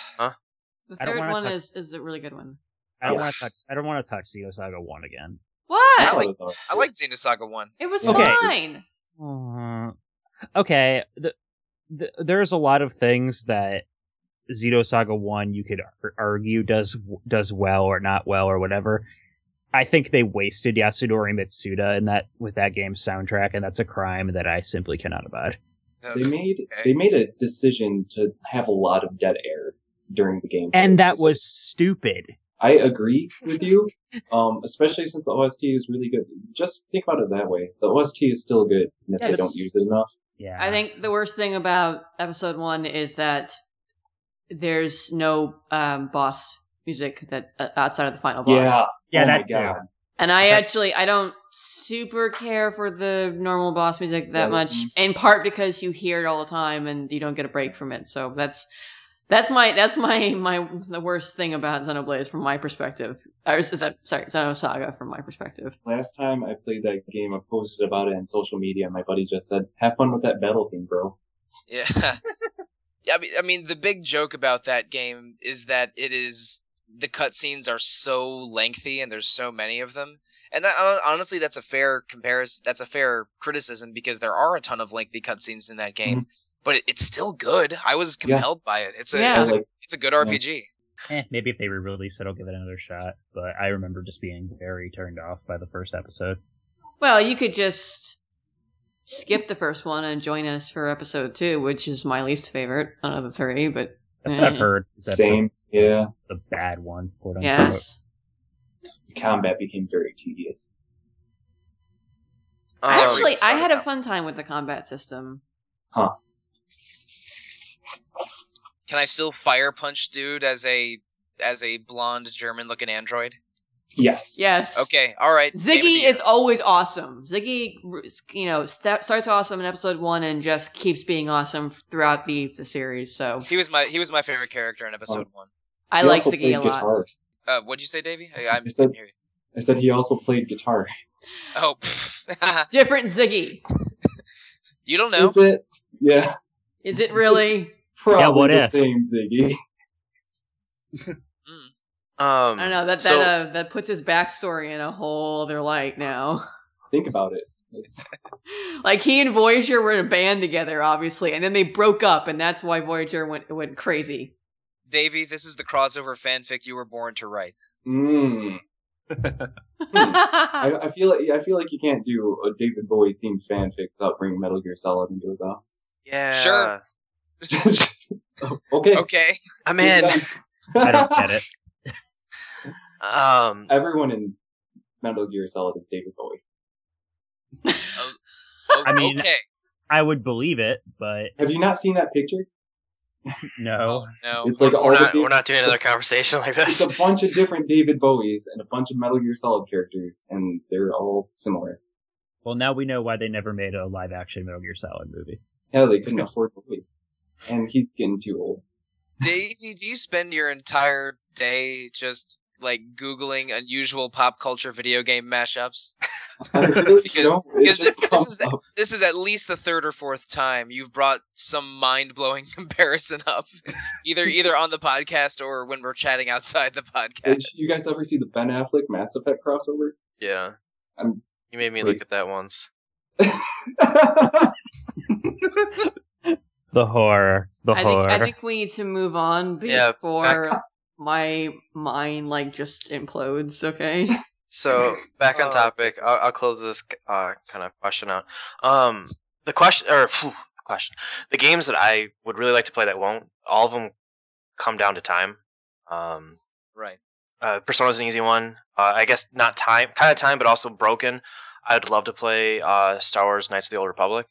the I don't third wanna one touch- is is a really good one. I don't Yeah. want to touch. I don't want to touch Xenosaga One again. What? I like- Those are- I like Xenosaga one. it was Okay. fine. Uh, okay, the, the, there's a lot of things that Xenosaga One you could ar- argue does does well or not well or whatever. I think they wasted Yasunori Mitsuda in that with that game's soundtrack, and that's a crime that I simply cannot abide. Uh, They made okay. they made a decision to have a lot of dead air during the game. And that was stupid. I agree with you, um, especially since the OST is really good. Just think about it that way. The OST is still good, and if Yeah, they but- don't use it enough, Yeah. I think the worst thing about episode one is that there's no um, boss music that uh, outside of the final boss. yeah. Yeah, oh my that's God. And I That's- actually I don't super care for the normal boss music that Yeah, much, mm. in part because you hear it all the time and you don't get a break from it. So that's that's my that's my my the worst thing about Xenoblade from my perspective. Or is is that, sorry, Xenosaga from my perspective. Last time I played that game, I posted about it on social media, and my buddy just said, "Have fun with that battle thing, bro." Yeah. yeah, I mean, I mean, the big joke about that game is that it is the cutscenes are so lengthy and there's so many of them. And that, hon- honestly, that's a fair comparison. That's a fair criticism because there are a ton of lengthy cutscenes in that game, but it, it's still good. I was Yeah. compelled by it. It's a, Yeah. I it's, was a like, it's a good RPG. Eh, maybe if they re-release it, I'll give it another shot. But I remember just being very turned off by the first episode. Well, you could just skip the first one and join us for episode two, which is my least favorite out of the three, but That's what I've Mm. heard. That's same, yeah. The bad one, quote unquote. yes. Combat became very tedious. Oh, Um, I actually I sorry had a about- fun time with the combat system. Can I still fire punch dude as a as a blonde German looking android? Yes. Yes. Okay, all right. game of the Ziggy year. is always awesome. Ziggy, you know, sta starts awesome in episode one and just keeps being awesome throughout the the series. So He was my he was my favorite character in episode Um, one. I He like also Ziggy played a lot. guitar. Uh, what'd you say, Davey? I, I'm I said- didn't hear you. I said he also played guitar. Oh, pff. Different Ziggy. you don't know. Is it? Yeah. Is it really? Probably what the if? same Ziggy. I Um, don't know. That that So- uh, that puts his backstory in a whole other light now. Think about it. It's- Like he and Voyager were in a band together, obviously, and then they broke up, and that's why Voyager went went crazy. Davey, this is the crossover fanfic you were born to write. Mm. Hmm. I, I feel like I feel like you can't do a David Bowie themed fanfic without bringing Metal Gear Solid into it though. yeah. Sure. okay. Okay. I'm in. I don't get it. Um, Everyone in Metal Gear Solid is David Bowie. O- I mean- okay. I would believe it, but Have you not seen that picture? no. Oh, no. It's like all we're the not peop- we're not doing another conversation like It's a this. bunch of different David Bowies and a bunch of Metal Gear Solid characters, and they're all similar. Well, now we know why they never made a live-action Metal Gear Solid movie. Yeah, they couldn't afford Bowie, and he's getting too old. Davey, do you spend your entire day just like Googling unusual pop culture video game mashups? I really Because- don't- it because just this- this comes is- up. This is at least the third or fourth time you've brought some mind blowing comparison up, either either on the podcast or when we're chatting outside the Did podcast. you guys ever see the Ben Affleck Mass Effect crossover? Yeah. I'm- You made me Wait. look at that once. The horror. The I think horror. I think we need to move on Yeah, before back my mind like just implodes. Okay. So back on Oh. topic, I'll, I'll close this uh, kind of question out. Um, the question or phew, the question, the games that I would really like to play that won't, all of them come down to time. Um, Right. uh, Persona's an easy one. Uh, I guess not time, kind of time, but also broken. I'd love to play uh, Star Wars: Knights of the Old Republic.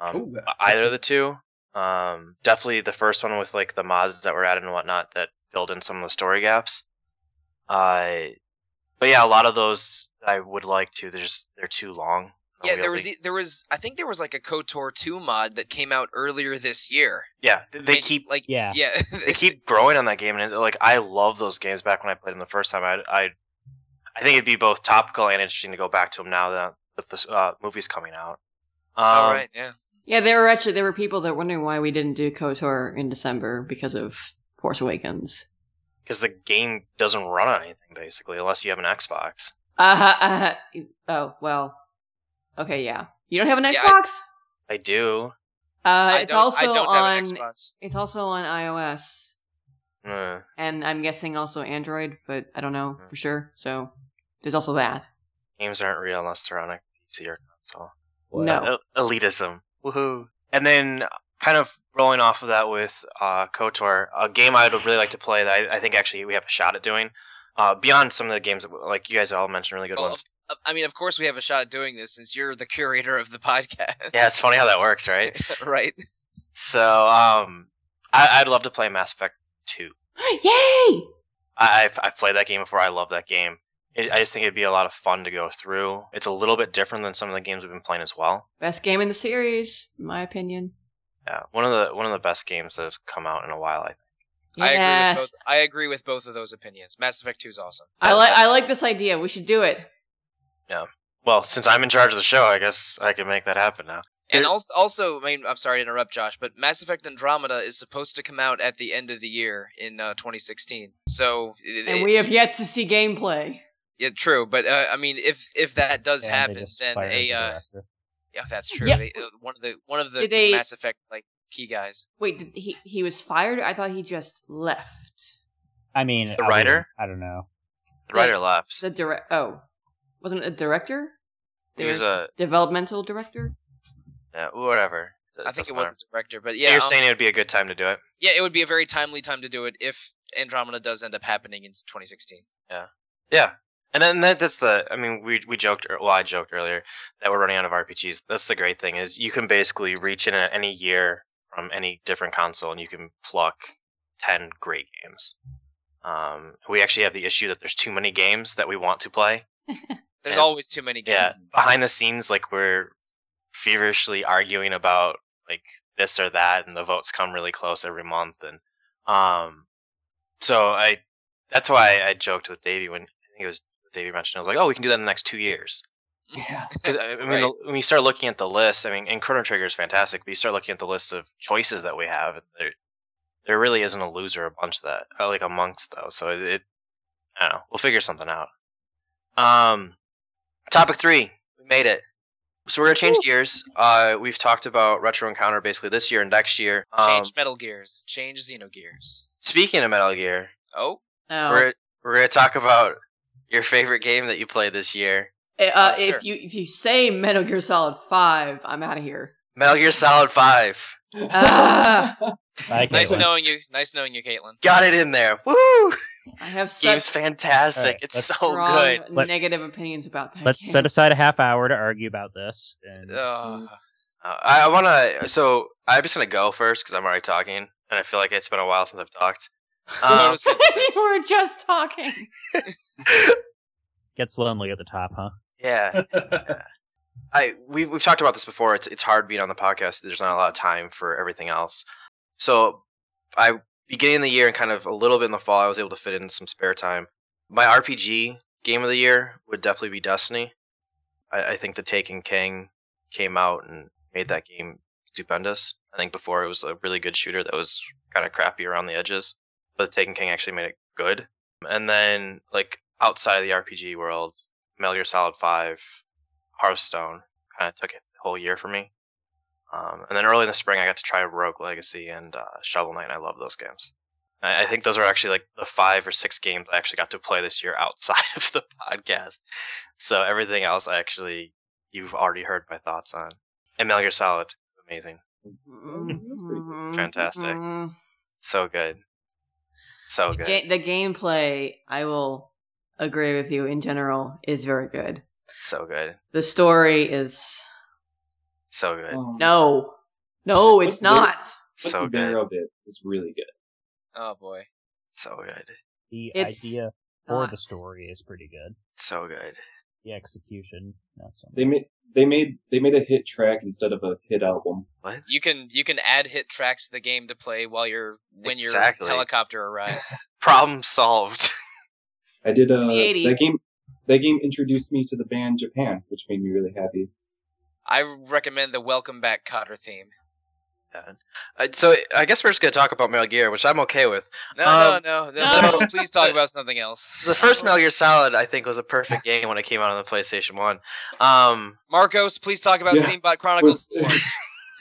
Um, Ooh, that- either of the two. Um, definitely the first one with like the mods that were added and whatnot that filled in some of the story gaps. Uh, but yeah, a lot of those I would like to. They're just they're too long. Oh, Yeah, there was Unwieldy. e- there was I think there was like a KOTOR 2 mod that came out earlier this year. yeah. They, they And, keep like yeah. yeah. they keep growing on that game, and it, like I love those games. Back when I played them the first time, I I I think it'd be both topical and interesting to go back to them now that with the uh, movies coming out. Um, All oh, right, yeah. yeah, there were actually there were people that were wondering why we didn't do Kotor in December because of Force Awakens. Because the game doesn't run on anything basically, unless you have an Xbox. Uh, uh, oh well. Okay, yeah. You don't have an Yeah, I- Xbox? I do. uh, I it's don't, also I don't on have an Xbox. it's also on iOS Uh, and I'm guessing also Android, but I don't know for sure. So there's also that. games aren't real unless they're on a PC or console. Oh. No. El- elitism. Woohoo. And then, kind of rolling off of that with uh, KOTOR, a game I would really like to play that I, I think actually we have a shot at doing, uh, beyond some of the games that, like you guys all mentioned really good Well, ones. Uh, I mean, of course, we have a shot at doing this since you're the curator of the podcast, Yeah, it's funny how that works, right? right? So, um, I, I'd love to play Mass Effect 2. Yay! I, I've, I've played that game before. I love that game. It, I just think it'd be a lot of fun to go through. It's a little bit different than some of the games we've been playing as well. Best game in the series, in my opinion. Yeah, one of the one of the best games that has come out in a while. I think. I agree with Yes, both. I agree with both of those opinions. Mass Effect Two is awesome. I like I like this idea. We should do it. Well, since I'm in charge of the show, I guess I can make that happen now. And There- also, also, I mean, I'm sorry to interrupt, Josh, but Mass Effect Andromeda is supposed to come out at the end of the year in uh, 2016. So, it, And it- we have yet to see gameplay. yeah, true. But uh, I mean, if if that does And they happen, just then fired a the uh, director. yeah, that's true. Yeah. They, uh, one of the one of the Did they- Mass Effect like key guys. Wait, did he he was fired? I thought he just left. I mean, The I mean, writer? I don't know. The writer left. The direct. Oh, wasn't it a director? He was Their a developmental director. yeah, whatever. I think Doesn't it was matter. the director, but yeah, You're um, saying it would be a good time to do it. yeah, it would be a very timely time to do it if Andromeda does end up happening in 2016. Yeah. And then that, that's the I mean we we joked ear- well I joked earlier that we're running out of RPGs. That's the great thing is you can basically reach in at any year from any different console and you can pluck 10 great games. Um, we actually have the issue that there's too many games that we want to play. There's Yeah. always too many games. Yeah, behind the scenes like we're feverishly arguing about like this or that and the votes come really close every month and um so I that's why I joked with Davey when I think it was Davey mentioned I was like, "Oh, we can do that in the next 2 years." Yeah. Because I I mean, Right. the, when you start looking at the list, I mean, and Chrono Trigger is fantastic, but you start looking at the list of choices that we have, there, there really isn't a loser a bunch that uh, like amongst those. So it, it, I don't know, we'll figure something out. Um, topic three, we made it. So we're gonna change gears. Uh, we've talked about retro encounter basically this year and next year. Um, Change Metal Gears. Change Xenogears. speaking of Metal Gear, Oh, Oh. we're we're gonna talk about your favorite game that you played this year, Uh, Oh, sure. If you if you say Metal Gear Solid Five, I'm out of here. Metal Gear Solid Five. Ah. I can't nice wait. knowing you. Nice knowing you, Caitlin. Got it in there. Woo! I have game's such fantastic. Alright, it's let's- so strong good. Let- negative opinions about that. Let's game. set aside a half hour to argue about this. And Ugh. Uh, I, I want to. So I'm just gonna go first because I'm already talking, and I feel like it's been a while since I've talked. Um, Photosynthesis. we were just talking. gets lonely at the top, huh? yeah, Uh, I we've we've talked about this before. It's it's hard being on the podcast. There's not a lot of time for everything else. So I beginning of the year and kind of a little bit in the fall, I was able to fit in some spare time. My RPG game of the year would definitely be Destiny. I, I think The Taken King came out and made that game stupendous. I think before it was a really good shooter that was kind of crappy around the edges, but The Taken King actually made it good. And then like outside of the RPG world, Metal Gear Solid Five, Hearthstone kind of took it the whole year for me. Um, and then early in the spring, I got to try Rogue Legacy and uh, Shovel Knight, and I love those games. I, I think those are actually like the five or six games I actually got to play this year outside of the podcast. So everything else, I actually, you've already heard my thoughts on. And Metal Gear Solid is amazing. Fantastic. Mhm. So good. So The, good. ga- the gameplay, I will agree with you in general, is very good. So good. The story is So good. Um, no, no, it's Let's do it. not. So So good. bit is really good. Oh boy. So good. The It's idea or the not. story is pretty good. So good. The execution, not so They made they made they made a hit track instead of a hit album. What? You can you can add hit tracks to the game to play while you're when Exactly. your helicopter arrives. Problem solved. I did uh, The 80s. that game. That game introduced me to the band Japan, which made me really happy. I recommend the Welcome Back Cotter theme. Uh, so I guess we're just gonna talk about Metal Gear, which I'm okay with. No, Um, no, no, no. so- please- please talk about something else. The first Metal Gear Solid, I think, was a perfect game when it came out on the PlayStation One. Um, Marcos, please talk about Yeah. Steambot Chronicles. Was-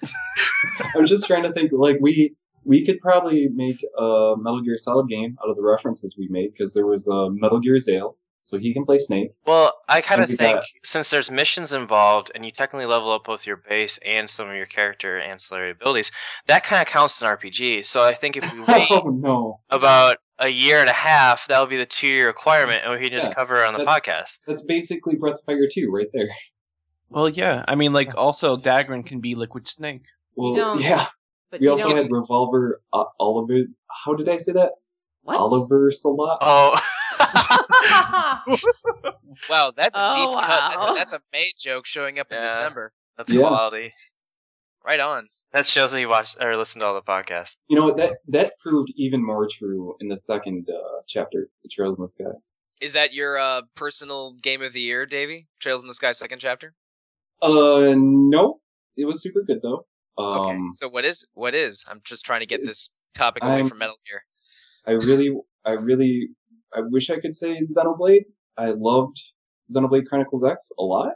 I was just trying to think, like we we could probably make a um, Metal Gear Solid game out of the references we made because there was a Metal Gear Zale, so he can play Snake. Well, I kind of Maybe think that. since there's missions involved and you technically level up both your base and some of your character ancillary abilities, that kind of counts as an RPG. So I think if we wait Oh no, about a year and a half, that would be the two year requirement, and we can just Yeah, cover it on the podcast. that's basically Breath of Fire 2 right there. Well, yeah. I mean, like, also, Dagrin can be Liquid Snake. Well, don't- yeah. But We you also don't- had Revolver uh, Oliver. How did I say that? what? Oliver Salat. Oh, Wow, that's a Oh, deep cut. wow. That's a, that's a May joke showing up in Yeah. December. that's Yeah. quality. Right on. That shows that you watched or listened to all the podcasts. You know what? That that proved even more true in the second uh, chapter, The Trails in the Sky. Is that your uh, personal game of the year, Davey? Trails in the Sky second chapter. Uh, no, it was super good though. Um, Okay. so what is what is? I'm just trying to get it's- this topic away I'm- from Metal Gear. I really, I really, I wish I could say Xenoblade. I loved Xenoblade Chronicles X a lot.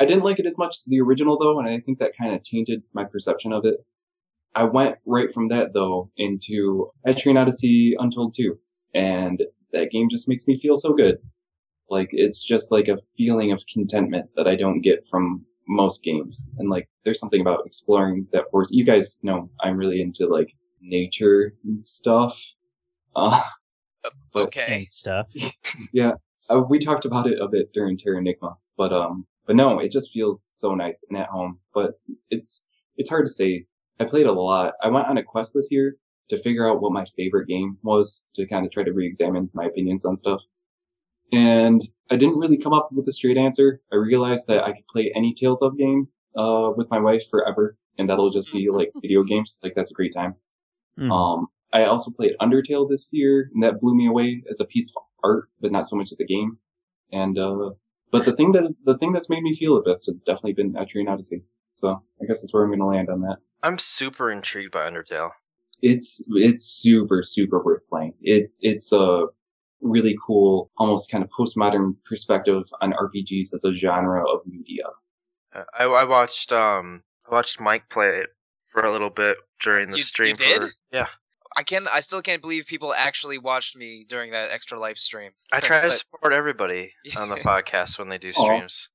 I didn't like it as much as the original though, and I think that kind of tainted my perception of it. I went right from that though into Etrian Odyssey Untold 2, and that game just makes me feel so good. Like it's just like a feeling of contentment that I don't get from most games. And like there's something about exploring that forest. You guys know I'm really into like nature and stuff. Uh, but- Okay. and stuff. uh, we talked about it a bit during Terra Enigma, but um, but no, it just feels so nice and at home. But it's it's hard to say. I played a lot. I went on a quest this year to figure out what my favorite game was to kind of try to re-examine my opinions on stuff. And I didn't really come up with a straight answer. I realized that I could play any Tales of game uh, with my wife forever, and that'll just be like video games. Like that's a great time. Hmm. Um, I also played Undertale this year, and that blew me away as a piece of art, but not so much as a game. And uh, but the thing that the thing that's made me feel the best has definitely been Etrian Odyssey. So I guess that's where I'm going to land on that. I'm super intrigued by Undertale. It's it's super super worth playing. It it's a really cool, almost kind of postmodern perspective on RPGs as a genre of media. Uh, I, I watched um I watched Mike play it for a little bit during the You- you stream. did? for- yeah, I can I still can't believe people actually watched me during that extra live stream. I try to But- support everybody on the podcast when they do Aw. streams.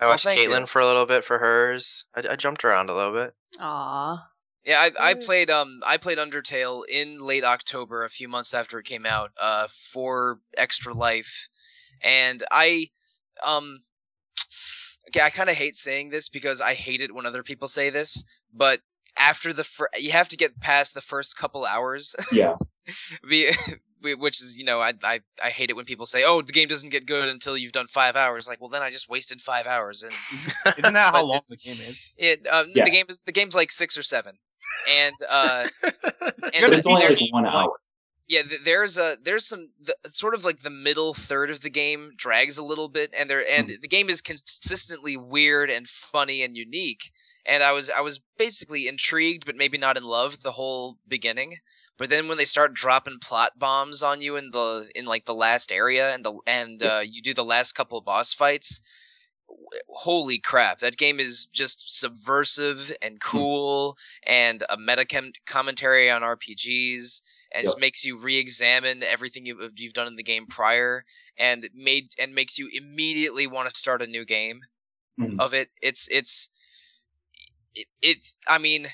I Well, watched thank you. Caitlin for a little bit for hers. I, I jumped around a little bit. Aw. Yeah, I, I Mm. played um I played Undertale in late October, a few months after it came out, uh for Extra Life, and I um okay I kind of hate saying this because I hate it when other people say this, but after the fir- you have to get past the first couple hours, Yeah, be- whi- which is you know I I I hate it when people say oh the game doesn't get good until you've done five hours. Like well then I just wasted five hours and Isn't that how But long it's- the game is? it um, Yeah. the game is the game's like six or seven, and uh and but it's only there's- like one hour. yeah, th- there's a there's some the, sort of like the middle third of the game drags a little bit, and there and the game is consistently weird and funny and unique. And I was I was basically intrigued, but maybe not in love the whole beginning. But then when they start dropping plot bombs on you in the in like the last area and the and uh, you do the last couple of boss fights, w- holy crap! That game is just subversive and cool, and a meta com- commentary on RPGs and just Yep. makes you re-examine everything you've, you've done in the game prior and made and makes you immediately want to start a new game Mhm. of it it's it's it, it i mean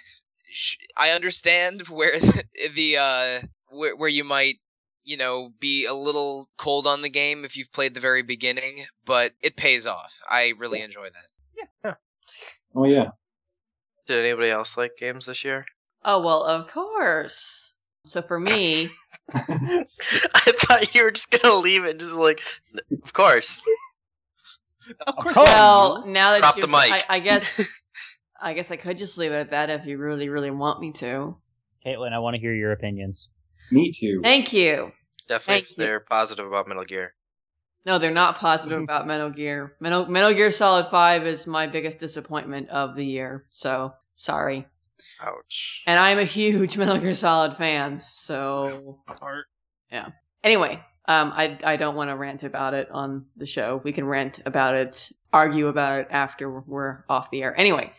sh- i understand where the, the uh where, where you might you know be a little cold on the game if you've played the very beginning but it pays off i really enjoy that Oh yeah. Did anybody else like games this year? Oh well, of course. So for me, I thought you were just gonna leave it, just like, of course. Of course. well, now that Drop you're the s- mic. I, I guess, I guess I could just leave it at that if you really, really want me to. Caitlin, I want to hear your opinions. Me too. Thank you. Definitely, Thank you. they're positive about Metal Gear. No, they're not positive about Metal Gear. Metal, Metal Gear Solid Five is my biggest disappointment of the year. So sorry. Ouch. And I'm a huge Metal Gear Solid fan. So Heart. anyway, um, I I don't want to rant about it on the show. We can rant about it, argue about it after we're off the air. Anyway,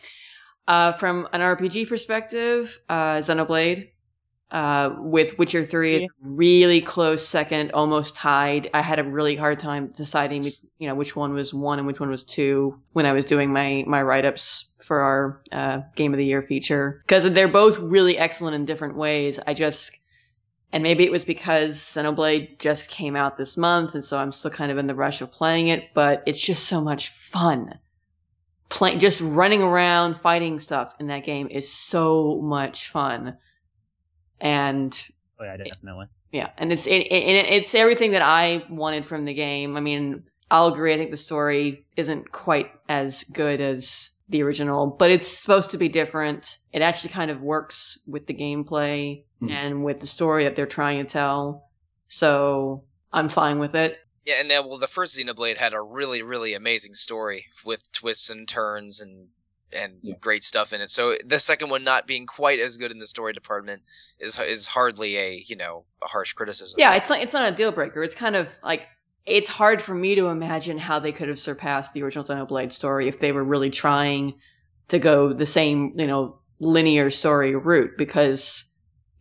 uh, from an RPG perspective, uh, Xenoblade, uh, with Witcher 3 is really close second, almost tied. I had a really hard time deciding, bet- you know, which one was one and which one was two when I was doing my my write ups for our uh, Game of the Year feature because they're both really excellent in different ways. I just and maybe it was because Xenoblade just came out this month, and so I'm still kind of in the rush of playing it. But it's just so much fun. Playing, just running around fighting stuff in that game is so much fun, and Oh, yeah, definitely. yeah, and it's it, it, it's everything that I wanted from the game. I mean, I'll agree. I think the story isn't quite as good as the original, but it's supposed to be different. It actually kind of works with the gameplay Hmm. and with the story that they're trying to tell. So I'm fine with it. Yeah, and uh, well, the first Xenoblade had a really, really amazing story with twists and turns and and Yeah. great stuff in it. So the second one not being quite as good in the story department is is hardly a you know a harsh criticism. Yeah, it's not it's not a deal breaker. It's kind of like it's hard for me to imagine how they could have surpassed the original Xenoblade story if they were really trying to go the same, you know, linear story route because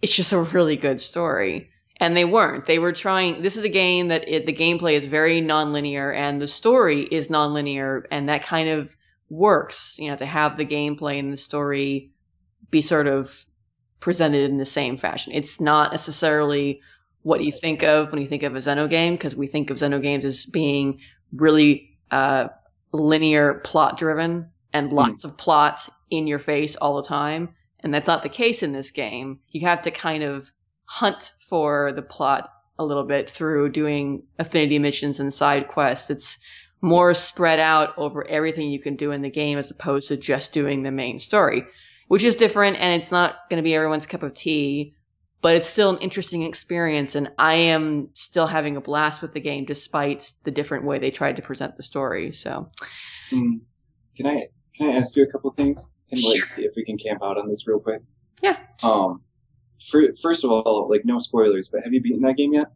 it's just a really good story. And they weren't. They were trying. This is a game that it, the gameplay is very nonlinear and the story is nonlinear, and that kind of works, you know, to have the gameplay and the story be sort of presented in the same fashion. It's not necessarily what you think of when you think of a Xeno game, because we think of Xeno games as being really uh, linear, plot driven, and lots of plot in your face all the time. And that's not the case in this game. You have to kind of hunt for the plot a little bit through doing affinity missions and side quests. It's more spread out over everything you can do in the game as opposed to just doing the main story, which is different and it's not going to be everyone's cup of tea but it's still an interesting experience and i am still having a blast with the game despite the different way they tried to present the story so Mm. Can I can I ask you a couple things? And like Sure. if we can camp out on this real quick. Yeah. Um fir- first of all, like no spoilers, but have you beaten that game yet?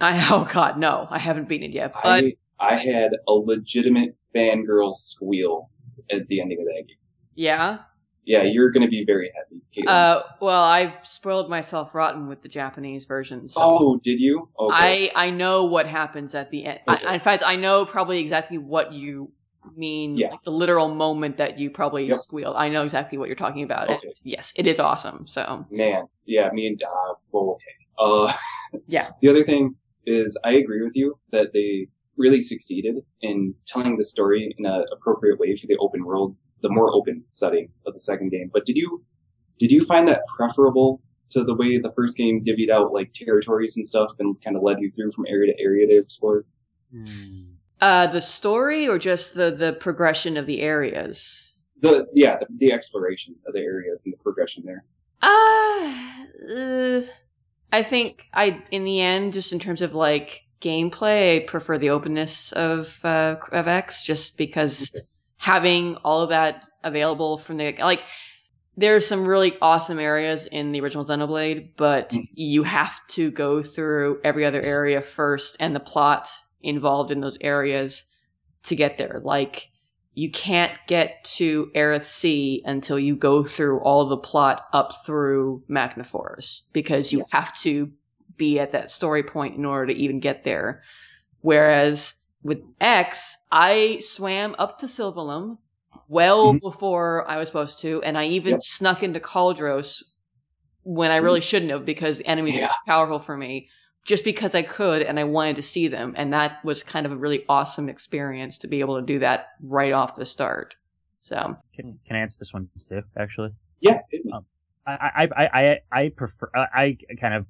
i oh god no i haven't beaten it yet but I I had a legitimate fangirl squeal at the ending of that game. yeah Yeah, you're gonna be very happy, Caitlin. uh well i spoiled myself rotten with the japanese version so oh, did you? Okay. i i know what happens at the end I, Okay. in fact i know probably exactly what you mean Yeah. like the literal moment that you probably Yep. squeal i know exactly what you're talking about and Okay. yes it is awesome so Man, yeah, me and uh, well, okay. Uh, Yeah. The other thing is, I agree with you that they really succeeded in telling the story in an appropriate way for the open world, the more open setting of the second game. But did you did you find that preferable to the way the first game divvied out like territories and stuff and kind of led you through from area to area to explore? Hmm. uh the story or just the the progression of the areas The yeah, the, the exploration of the areas and the progression there. Uh, uh, I think I, in the end, just in terms of like gameplay, I prefer the openness of uh, of X, just because having all of that available from the like, there are some really awesome areas in the original Xenoblade, but Mhm. you have to go through every other area first and the plot involved in those areas to get there. Like, you can't get to Aerith Sea until you go through all the plot up through Magna Forest because you have to be at that story point in order to even get there. Whereas with X, I swam up to Silvalum well Mhm. before I was supposed to, and I even Yep. Mm-hmm. snuck into Caldros when I really shouldn't have because the enemies were Yeah. too powerful for me just because I could and I wanted to see them. And that was kind of a really awesome experience to be able to do that right off the start. So, Can, can I answer this one too? Actually, Yeah, it, I I I I, I prefer I, I kind of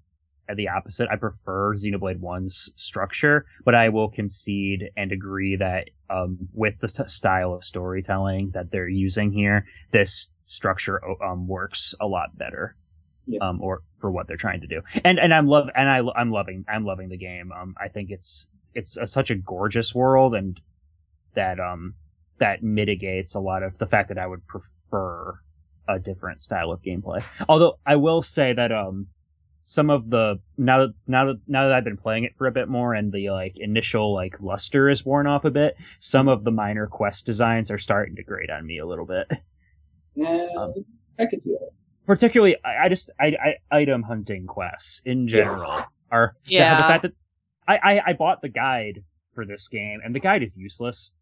at the opposite. I prefer Xenoblade One's structure, but I will concede and agree that um, with the st- style of storytelling that they're using here, this structure o- um, works a lot better. Yeah. Um, or for what they're trying to do, and and I'm love and I lo- I'm loving I'm loving the game. Um, I think it's it's a, such a gorgeous world, and that um that mitigates a lot of the fact that I would prefer a different style of gameplay. Although I will say that um some of the now that now that now that I've been playing it for a bit more and the like initial like luster is worn off a bit, some of the minor quest designs are starting to grate on me a little bit. eh, I could see that. particularly I, I just I, I item hunting quests in general are the- Yeah. the fact that I, I I bought the guide for this game and the guide is useless.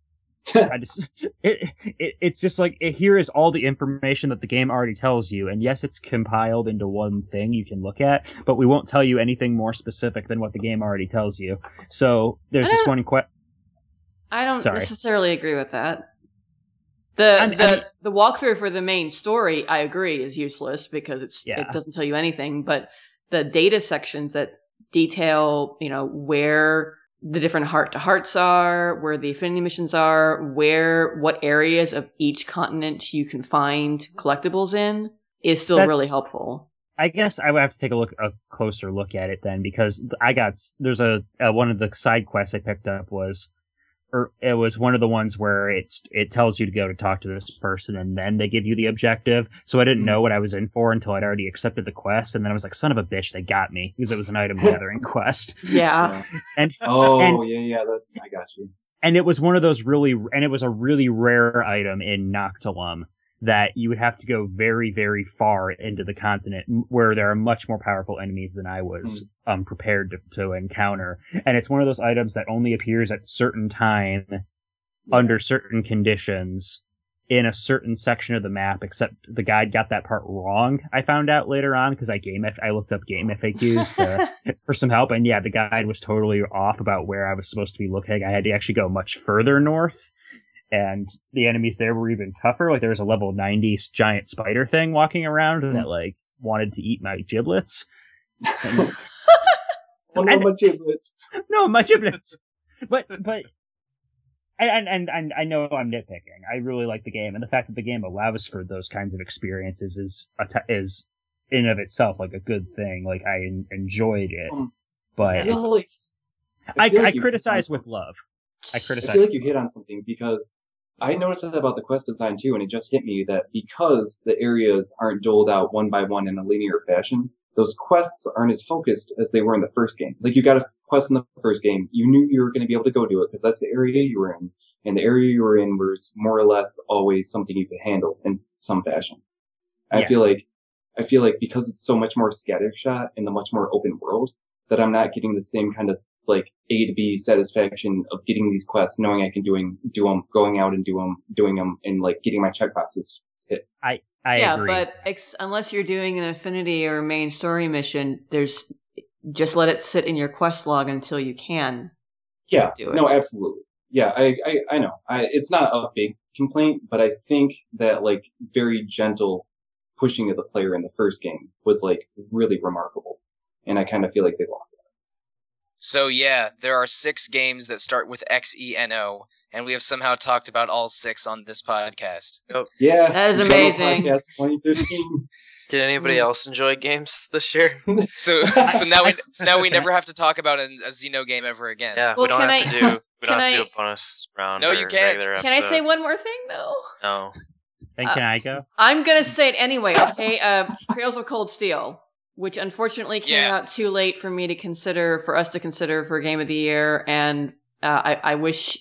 I just it, it it's just like it, here is all the information that the game already tells you and yes it's compiled into one thing you can look at but we won't tell you anything more specific than what the game already tells you. So there's I this don't- one quest I don't Sorry. necessarily agree with that. The I mean- I the mean- the walkthrough for the main story, I agree, is useless because it's Yeah. it doesn't tell you anything. But the data sections that detail, you know, where the different heart to hearts are, where the affinity missions are, where what areas of each continent you can find collectibles in, is still really That's- helpful. I guess I would have to take a look a closer look at it then because I got there's a uh, one of the side quests I picked up was or it was one of the ones where it's it tells you to go to talk to this person and then they give you the objective. So I didn't know what I was in for until I'd already accepted the quest and then I was like son of a bitch they got me because it was an item gathering quest. Yeah. Uh, And Oh And- yeah, yeah. That's I got you. and it was one of those really and it was a really rare item in Noctilum that you would have to go very very far into the continent m- where there are much more powerful enemies than I was um prepared to, to encounter and it's one of those items that only appears at certain time under certain conditions in a certain section of the map except the guide got that part wrong i found out later on because i game F- i looked up game faqs to for some help. And yeah, the guide was totally off about where I was supposed to be looking. I had to actually go much further north, and the enemies there were even tougher. Like there was a level 90 giant spider thing walking around that like wanted to eat my giblets. And- Oh no, my giblets. no, my giblets. But but. And, and and I know I'm nitpicking. I really like the game, and the fact that the game allows for those kinds of experiences is a t- is in and of itself like a good thing. Like I en- enjoyed it, Um, but I feel like I, feel I, like you- criticize with love. I I criticize. feel like you hit on something because I noticed that about the quest design too, and it just hit me that because the areas aren't doled out one by one in a linear fashion, those quests aren't as focused as they were in the first game. Like you got a quest in the first game, you knew you were going to be able to go to it because that's the area you were in, and the area you were in was more or less always something you could handle in some fashion. I Yeah. feel like I feel like because it's so much more scattershot and a much more open world that I'm not getting the same kind of like A to B satisfaction of getting these quests, knowing I can doing do them, going out and do them, doing them, and like getting my checkboxes. I yeah, agree. but ex- unless you're doing an affinity or main story mission, there's just let it sit in your quest log until you can. Yeah, Do it. no, absolutely. Yeah, I, I, I know. I, it's not a big complaint, but I think that like very gentle pushing of the player in the first game was like really remarkable, and I kind of feel like they lost that. So yeah, there are six games that start with X E N O, and we have somehow talked about all six on this podcast. Yeah, That is Jungle amazing. Podcast 2015. Did anybody Mm. else enjoy games this year? So so now we I- so now we never have to talk about an, a Xeno game ever again. Yeah, Well, we don't can have I- to do we don't can have to do I- a bonus round. No, or you can't. regular Can I say episode. one more thing though? no? and uh, can I go? I'm gonna say it anyway. Okay, uh, Trails of Cold Steel, which unfortunately came Yeah. out too late for me to consider, for us to consider for Game of the Year, and uh, I, I wish,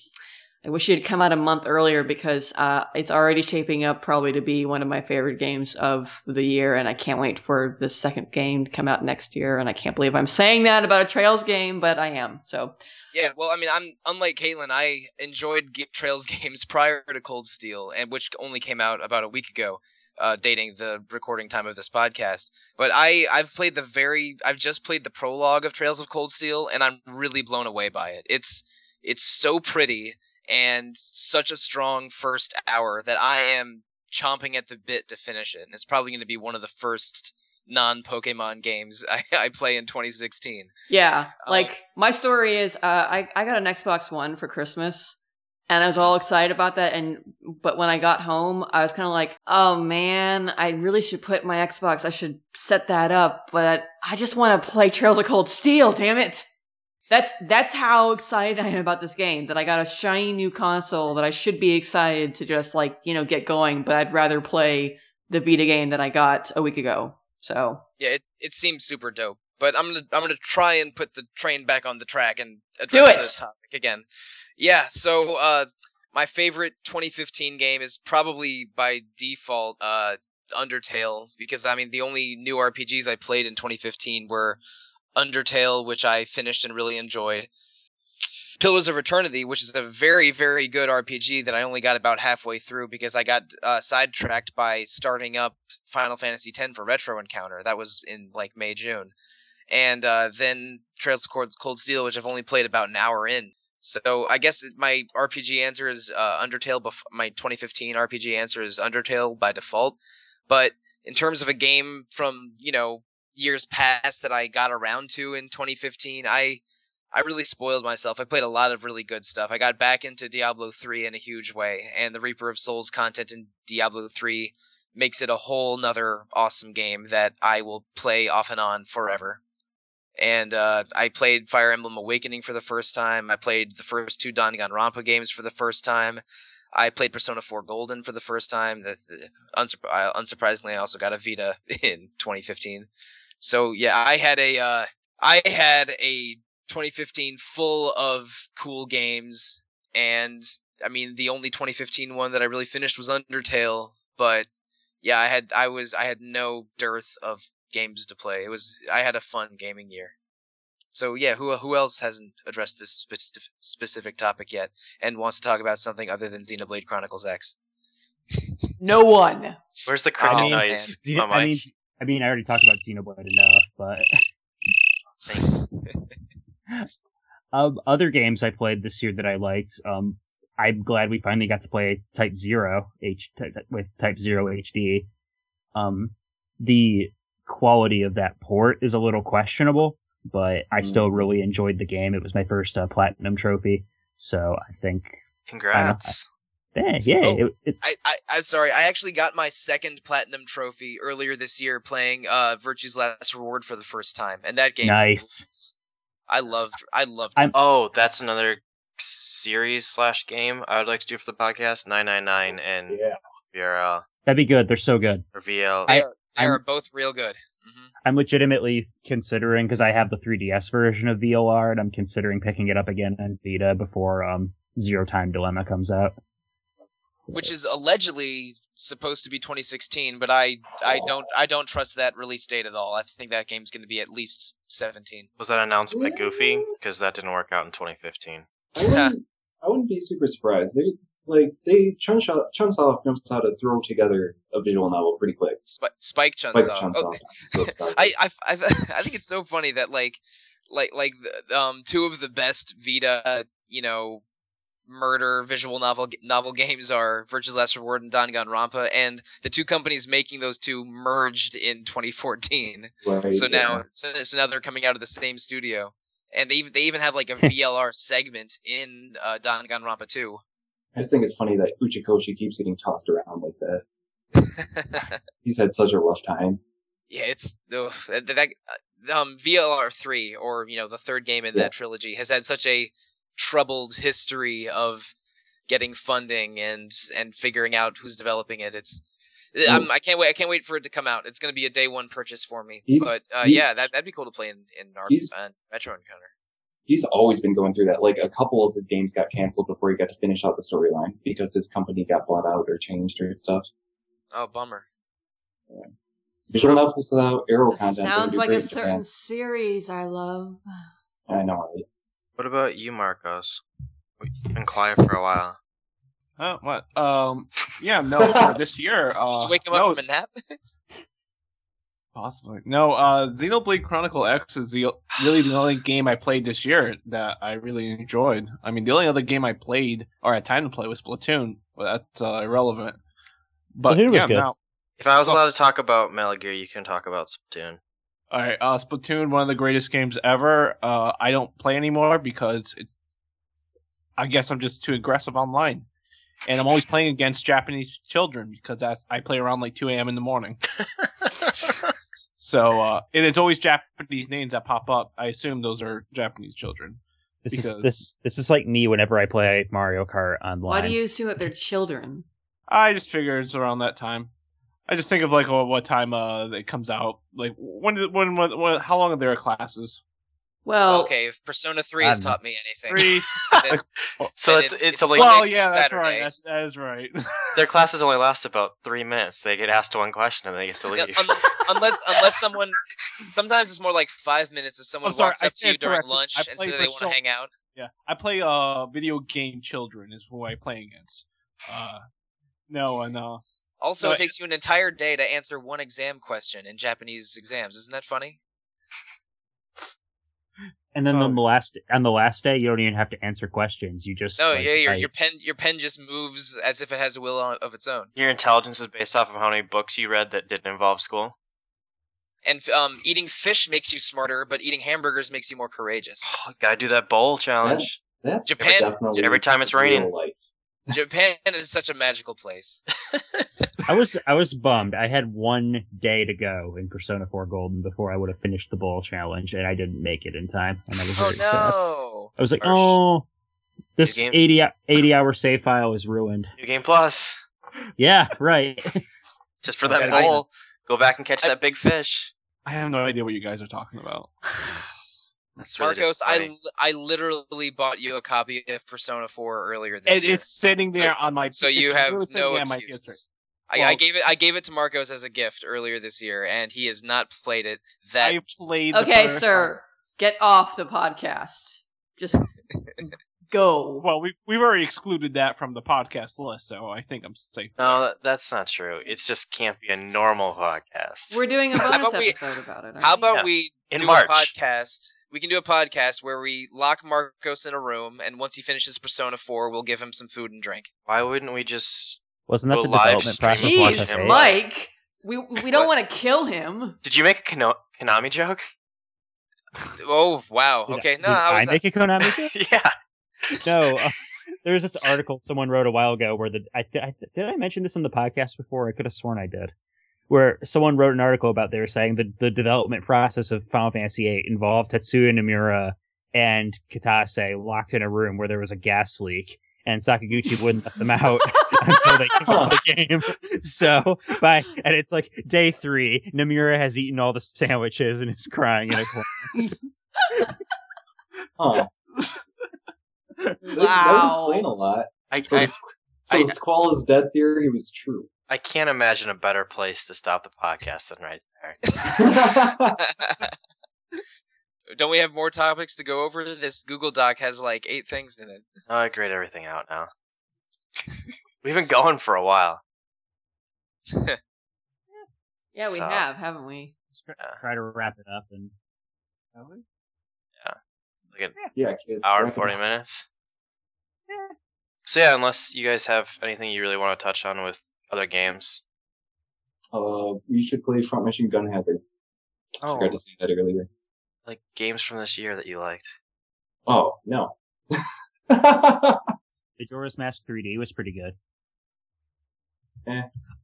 I wish it had come out a month earlier because uh, it's already shaping up probably to be one of my favorite games of the year, and I can't wait for the second game to come out next year. And I can't believe I'm saying that about a Trails game, but I am. So Yeah, well, I mean, I'm unlike Caitlin. I enjoyed G- Trails games prior to Cold Steel, and which only came out about a week ago, uh, dating the recording time of this podcast. But I I've played the very I've just played the prologue of Trails of Cold Steel, and I'm really blown away by it. It's it's so pretty and such a strong first hour that I am chomping at the bit to finish it. And it's probably going to be one of the first non-Pokemon games I, I play in 2016. Yeah, Um, like my story is, uh, I I got an Xbox One for Christmas, and I was all excited about that. And but when I got home, I was kind of like, oh man, I really should put my Xbox. I should set that up, but I just want to play Trails of Cold Steel. Damn it! That's that's how excited I am about this game. That I got a shiny new console that I should be excited to just like you know get going, but I'd rather play the Vita game that I got a week ago. So Yeah, it, it seems super dope. But I'm gonna I'm gonna try and put the train back on the track and address it. the topic again. Yeah, so uh my favorite 2015 game is probably by default uh Undertale because I mean the only new RPGs I played in 2015 were Undertale, which I finished and really enjoyed. Pillars of Eternity, which is a very, very good RPG that I only got about halfway through because I got uh, sidetracked by starting up Final Fantasy X for Retro Encounter. That was in like May, June. And uh, then Trails of Cold- Cold Steel, which I've only played about an hour in. So I guess my RPG answer is uh, Undertale. Bef- my 2015 RPG answer is Undertale by default. But in terms of a game from, you know, years past that I got around to in 2015, I I really spoiled myself. I played a lot of really good stuff. I got back into Diablo 3 in a huge way, and the Reaper of Souls content in Diablo 3 makes it a whole nother awesome game that I will play off and on forever. And uh, I played Fire Emblem Awakening for the first time. I played the first two Danganronpa games for the first time. I played Persona 4 Golden for the first time. The, the, unsur- I- unsurprisingly, I also got a Vita in 2015. So yeah, I had a uh, I had a 2015 full of cool games, and I mean the only 2015 one that I really finished was Undertale. But yeah, I had I was I had no dearth of games to play. It was I had a fun gaming year. So yeah, who who else hasn't addressed this specific specific topic yet and wants to talk about something other than Xenoblade Chronicles X? No one. Where's the cricket I mean, noise? Xeno- Oh, I my. mean, I mean, I already talked about Xenoblade enough, but um, other games I played this year that I liked. Um, I'm glad we finally got to play Type Zero H ty- with Type Zero HD. Um, the quality of that port is a little questionable, but I still really enjoyed the game. It was my first uh, platinum trophy, so I think, Congrats. yeah, yeah, Oh, it, it, I, I I'm sorry. I actually got my second platinum trophy earlier this year playing uh Virtue's Last Reward for the first time, and that game. Nice. rules. I loved. I loved. I'm- Oh, that's another series slash game I would like to do for the podcast. Nine nine nine and Yeah. VRL that'd be good. They're so good. or VL. I- They I'm- are both real good. hmm I'm legitimately considering because I have the 3DS version of VLR, and I'm considering picking it up again on Vita before um, Zero Time Dilemma comes out. Which is allegedly supposed to be 2016, but I I don't I don't trust that release date at all. I think that game's going to be at least 17. Was that announced by Goofy? Because that didn't work out in 2015. I wouldn't, I wouldn't be super surprised. They like they Chunsoft Chunsoft knows how to throw together a visual novel pretty quick. Sp- Spike Like uh, Chunsoft. Chunsoft. Oh, So excited. I, I, I, I think it's so funny that like like like the, um two of the best Vita you know murder visual novel novel games are Virtue's Last Reward and Danganronpa, and the two companies making those two merged in 2014. Right, So yeah. now so, so now they're coming out of the same studio, and they even they even have like a VLR segment in uh, Danganronpa 2. I just think it's funny that Uchikoshi keeps getting tossed around like that. He's had such a rough time. Yeah, it's ugh, that, that uh, um VLR three or you know the third game in Yeah. that trilogy has had such a troubled history of getting funding and and figuring out who's developing it. It's uh, I'm, I can't wait. I can't wait for it to come out. It's going to be a day one purchase for me. He's- but uh, he's- yeah, that that'd be cool to play in in our he's- uh, Metro Encounter. He's always been going through that. Like a couple of his games got canceled before he got to finish out the storyline because his company got bought out or changed or stuff. Oh, bummer. Visual novels without arrow That content. they would sounds do like great a in certain series I love. Japan. I know. right? What about you, Marcos? We've been quiet for a while. Oh, what? Um, yeah, no, for this year. Uh, Did you wake him up no, from a nap? Possibly. No, uh Xenoblade Chronicle X is the really the only game I played this year that I really enjoyed. I mean, the only other game I played or had time to play was Platoon. Well, that's uh, irrelevant. But Platoon was yeah, good. no. If I was allowed to talk about Metal Gear, you can talk about Splatoon. All right, uh, Splatoon, one of the greatest games ever. Uh, I don't play anymore because it's. I guess I'm just too aggressive online, and I'm always playing against Japanese children because that's I play around like 2 a.m. in the morning. So uh, and it's always Japanese names that pop up. I assume those are Japanese children. This Because- is this this is like me whenever I play Mario Kart online. Why do you assume that they're children? I just figured it's around that time. I just think of like oh, what time uh it comes out. Like when when, when, when how long are their classes? Well, okay, if Persona 3 has I'm- taught me anything. Three. Then So it's it's- it's, it's only well, next yeah, that's Saturday. right. That's, that is right. their classes only last about three minutes. They get asked one question and they get to Yeah, leave. un- unless unless someone sometimes it's more like five minutes if someone I'm sorry, walks I up to you stand during corrected. lunch I and play say they want to Persona- hang out. yeah, I play uh video game children is who I play against. Uh, no, and uh, Also, No, it takes you an entire day to answer one exam question in Japanese exams. Isn't that funny? And then Oh. on the last on the last day, you don't even have to answer questions. You just No, like, yeah, your type. your pen your pen just moves as if it has a will on, of its own. Your intelligence is based off of how many books you read that didn't involve school. And um, eating fish makes you smarter, but eating hamburgers makes you more courageous. Gotta do that bowl challenge. That's Japan- definitely every time it's raining. real life. Japan is such a magical place. I was I was bummed. I had one day to go in Persona 4 Golden before I would have finished the bowl challenge, and I didn't make it in time. And I was Oh very sad. no! I was like, Harsh. oh, this New game? 80, hou- 80 hour save file is ruined. New game plus. Yeah, right. Just for Okay, that I- bowl. Go back and catch I- that big fish. I have no idea what you guys are talking about. That's really Marcos, I disappointing. li- I literally bought you a copy of Persona 4 earlier this And year. it's sitting there on my. so it's you have literally sitting no there on my PS3. excuses. I, I Well- gave it I gave it to Marcos as a gift earlier this year, and he has not played it. That I played. the okay, first sir, get off the podcast. Just one. go. Well, we we've already excluded that from the podcast list, so I think I'm safe. No, that, that's not true. It just can't be a normal podcast. We're doing a How bonus about we- episode about it. aren't how we? about Yeah. we In do March. a podcast? We can do a podcast where we lock Marcos in a room, and once he finishes Persona 4, we'll give him some food and drink. Why wouldn't we just. Wasn't that Go the live development stream. process? Jeez, was Hey. okay? Mike. We we don't want to kill him. Did you make a Kono- Konami joke? Oh wow! Did I- Okay, did no, I I was make a Konami joke? yeah. no. Uh, there was this article someone wrote a while ago where the I, I did I mention this on the podcast before? I could have sworn I did. Where someone wrote an article about they were saying that the development process of Final Fantasy VIII involved Tetsuya Nomura and Kitase locked in a room where there was a gas leak, and Sakaguchi wouldn't let them out until they came out of the game. So by and it's like day three, Nomura has eaten all the sandwiches and is crying in a corner. Huh. That would explain a Wow. lot. I, So, I, the, so I- the squall is dead theory was true. I can't imagine a better place to stop the podcast than right there. I like, don't we have more topics to go over? This Google Doc has like eight things in it. Oh, I grayed everything out now. We've been going for a while. Yeah, we So- have, haven't we? Let's try- Try to wrap it up and Like an yeah, kids. hour and wrap 40 it up. minutes. So, yeah, unless you guys have anything you really want to touch on with other games. Uh, we should play Front Mission Gun Hazard. I Oh, forgot to say that earlier. like games from this year that you liked. Oh no. Majora's Mask 3D was pretty good.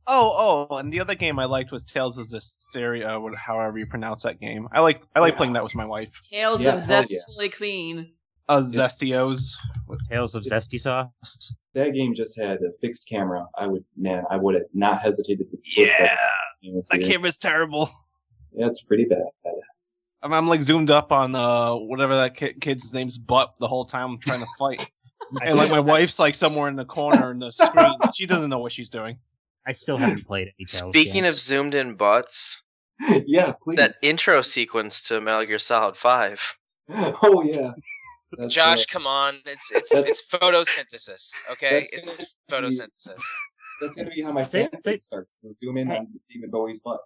Oh, oh, and the other game I liked was Tales of Zestiria, or however you pronounce that game. I like I like Yeah. playing that with my wife. Tales Yeah, of hell yeah. Zestfully Clean. Uh, Zestios. Tales of Zesty Sauce. that game just had a fixed camera. I would, man, I would have not hesitated to. push Yeah, that game this that year. camera's terrible. Yeah, it's pretty bad. I'm, I'm like zoomed up on uh whatever that ki- kid's name's butt the whole time I'm trying to fight. I, and like my wife's like somewhere in the corner in the screen. She doesn't know what she's doing. I still haven't played any Tales. Speaking games. of zoomed in butts, yeah, please. that intro sequence to Metal Gear Solid 5. Oh yeah. That's, Josh, uh, come on! It's it's That's- it's photosynthesis. Okay, that's it's gonna be- photosynthesis. that's gonna be how my Say- say- fantasy starts. To zoom in on Demon Bowie's butt.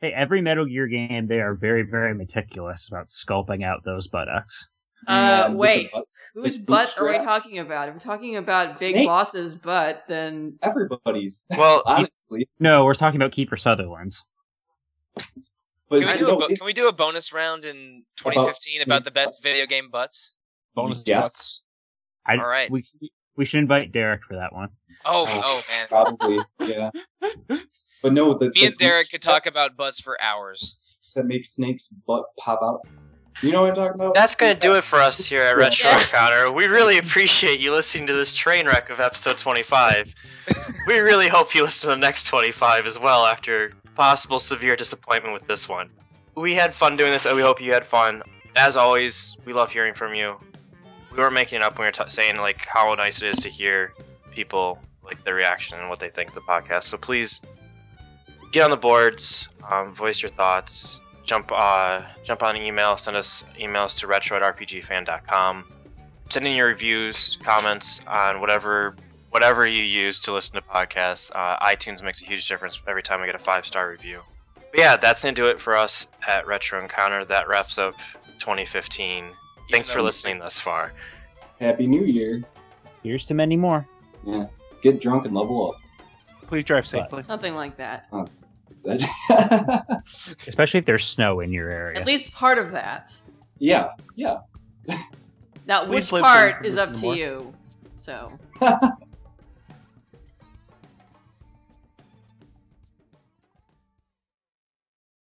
hey, every Metal Gear game, they are very, very meticulous about sculpting out those buttocks. Uh, And with the wait. butts, the Whose butt are we bootstraps. talking about? If we're talking about Big Snakes. Boss's butt, then Everybody's Well, honestly, No, we're talking about Keeper Sutherland's. but Can we, you do know, a bo- it- can we do a bonus round in 2015 about the best video game butts? Bonus Yes. shots. I, All right. We we should invite Derek for that one. Oh, Oh. oh man. probably yeah. But no, the Me the and Derek could talk bootstraps about butts for hours. that make Snake's butt pop out. You know what I'm talking about? That's going to do it for us here at Retro Yeah. Encounter. We really appreciate you listening to this train wreck of episode 25. we really hope you listen to the next 25 as well after possible severe disappointment with this one. We had fun doing this, and we hope you had fun. as always, we love hearing from you. We weren't making it up when we were t- saying like how nice it is to hear people like their reaction and what they think of the podcast. So please get on the boards, um, voice your thoughts, jump uh, jump on email, send us emails to retro at rpgfan.com. Send in your reviews, comments on whatever whatever you use to listen to podcasts. Uh, iTunes makes a huge difference every time I get a five star review. But yeah, that's gonna do it for us at Retro Encounter. That wraps up 2015. Thanks for listening thus far. Happy New Year. Here's to many more. Get drunk and level up. Please drive safely. Something like that. Especially if there's snow in your area. At least part of that. yeah, yeah. Now, which Please live for part is information up to more. you. So.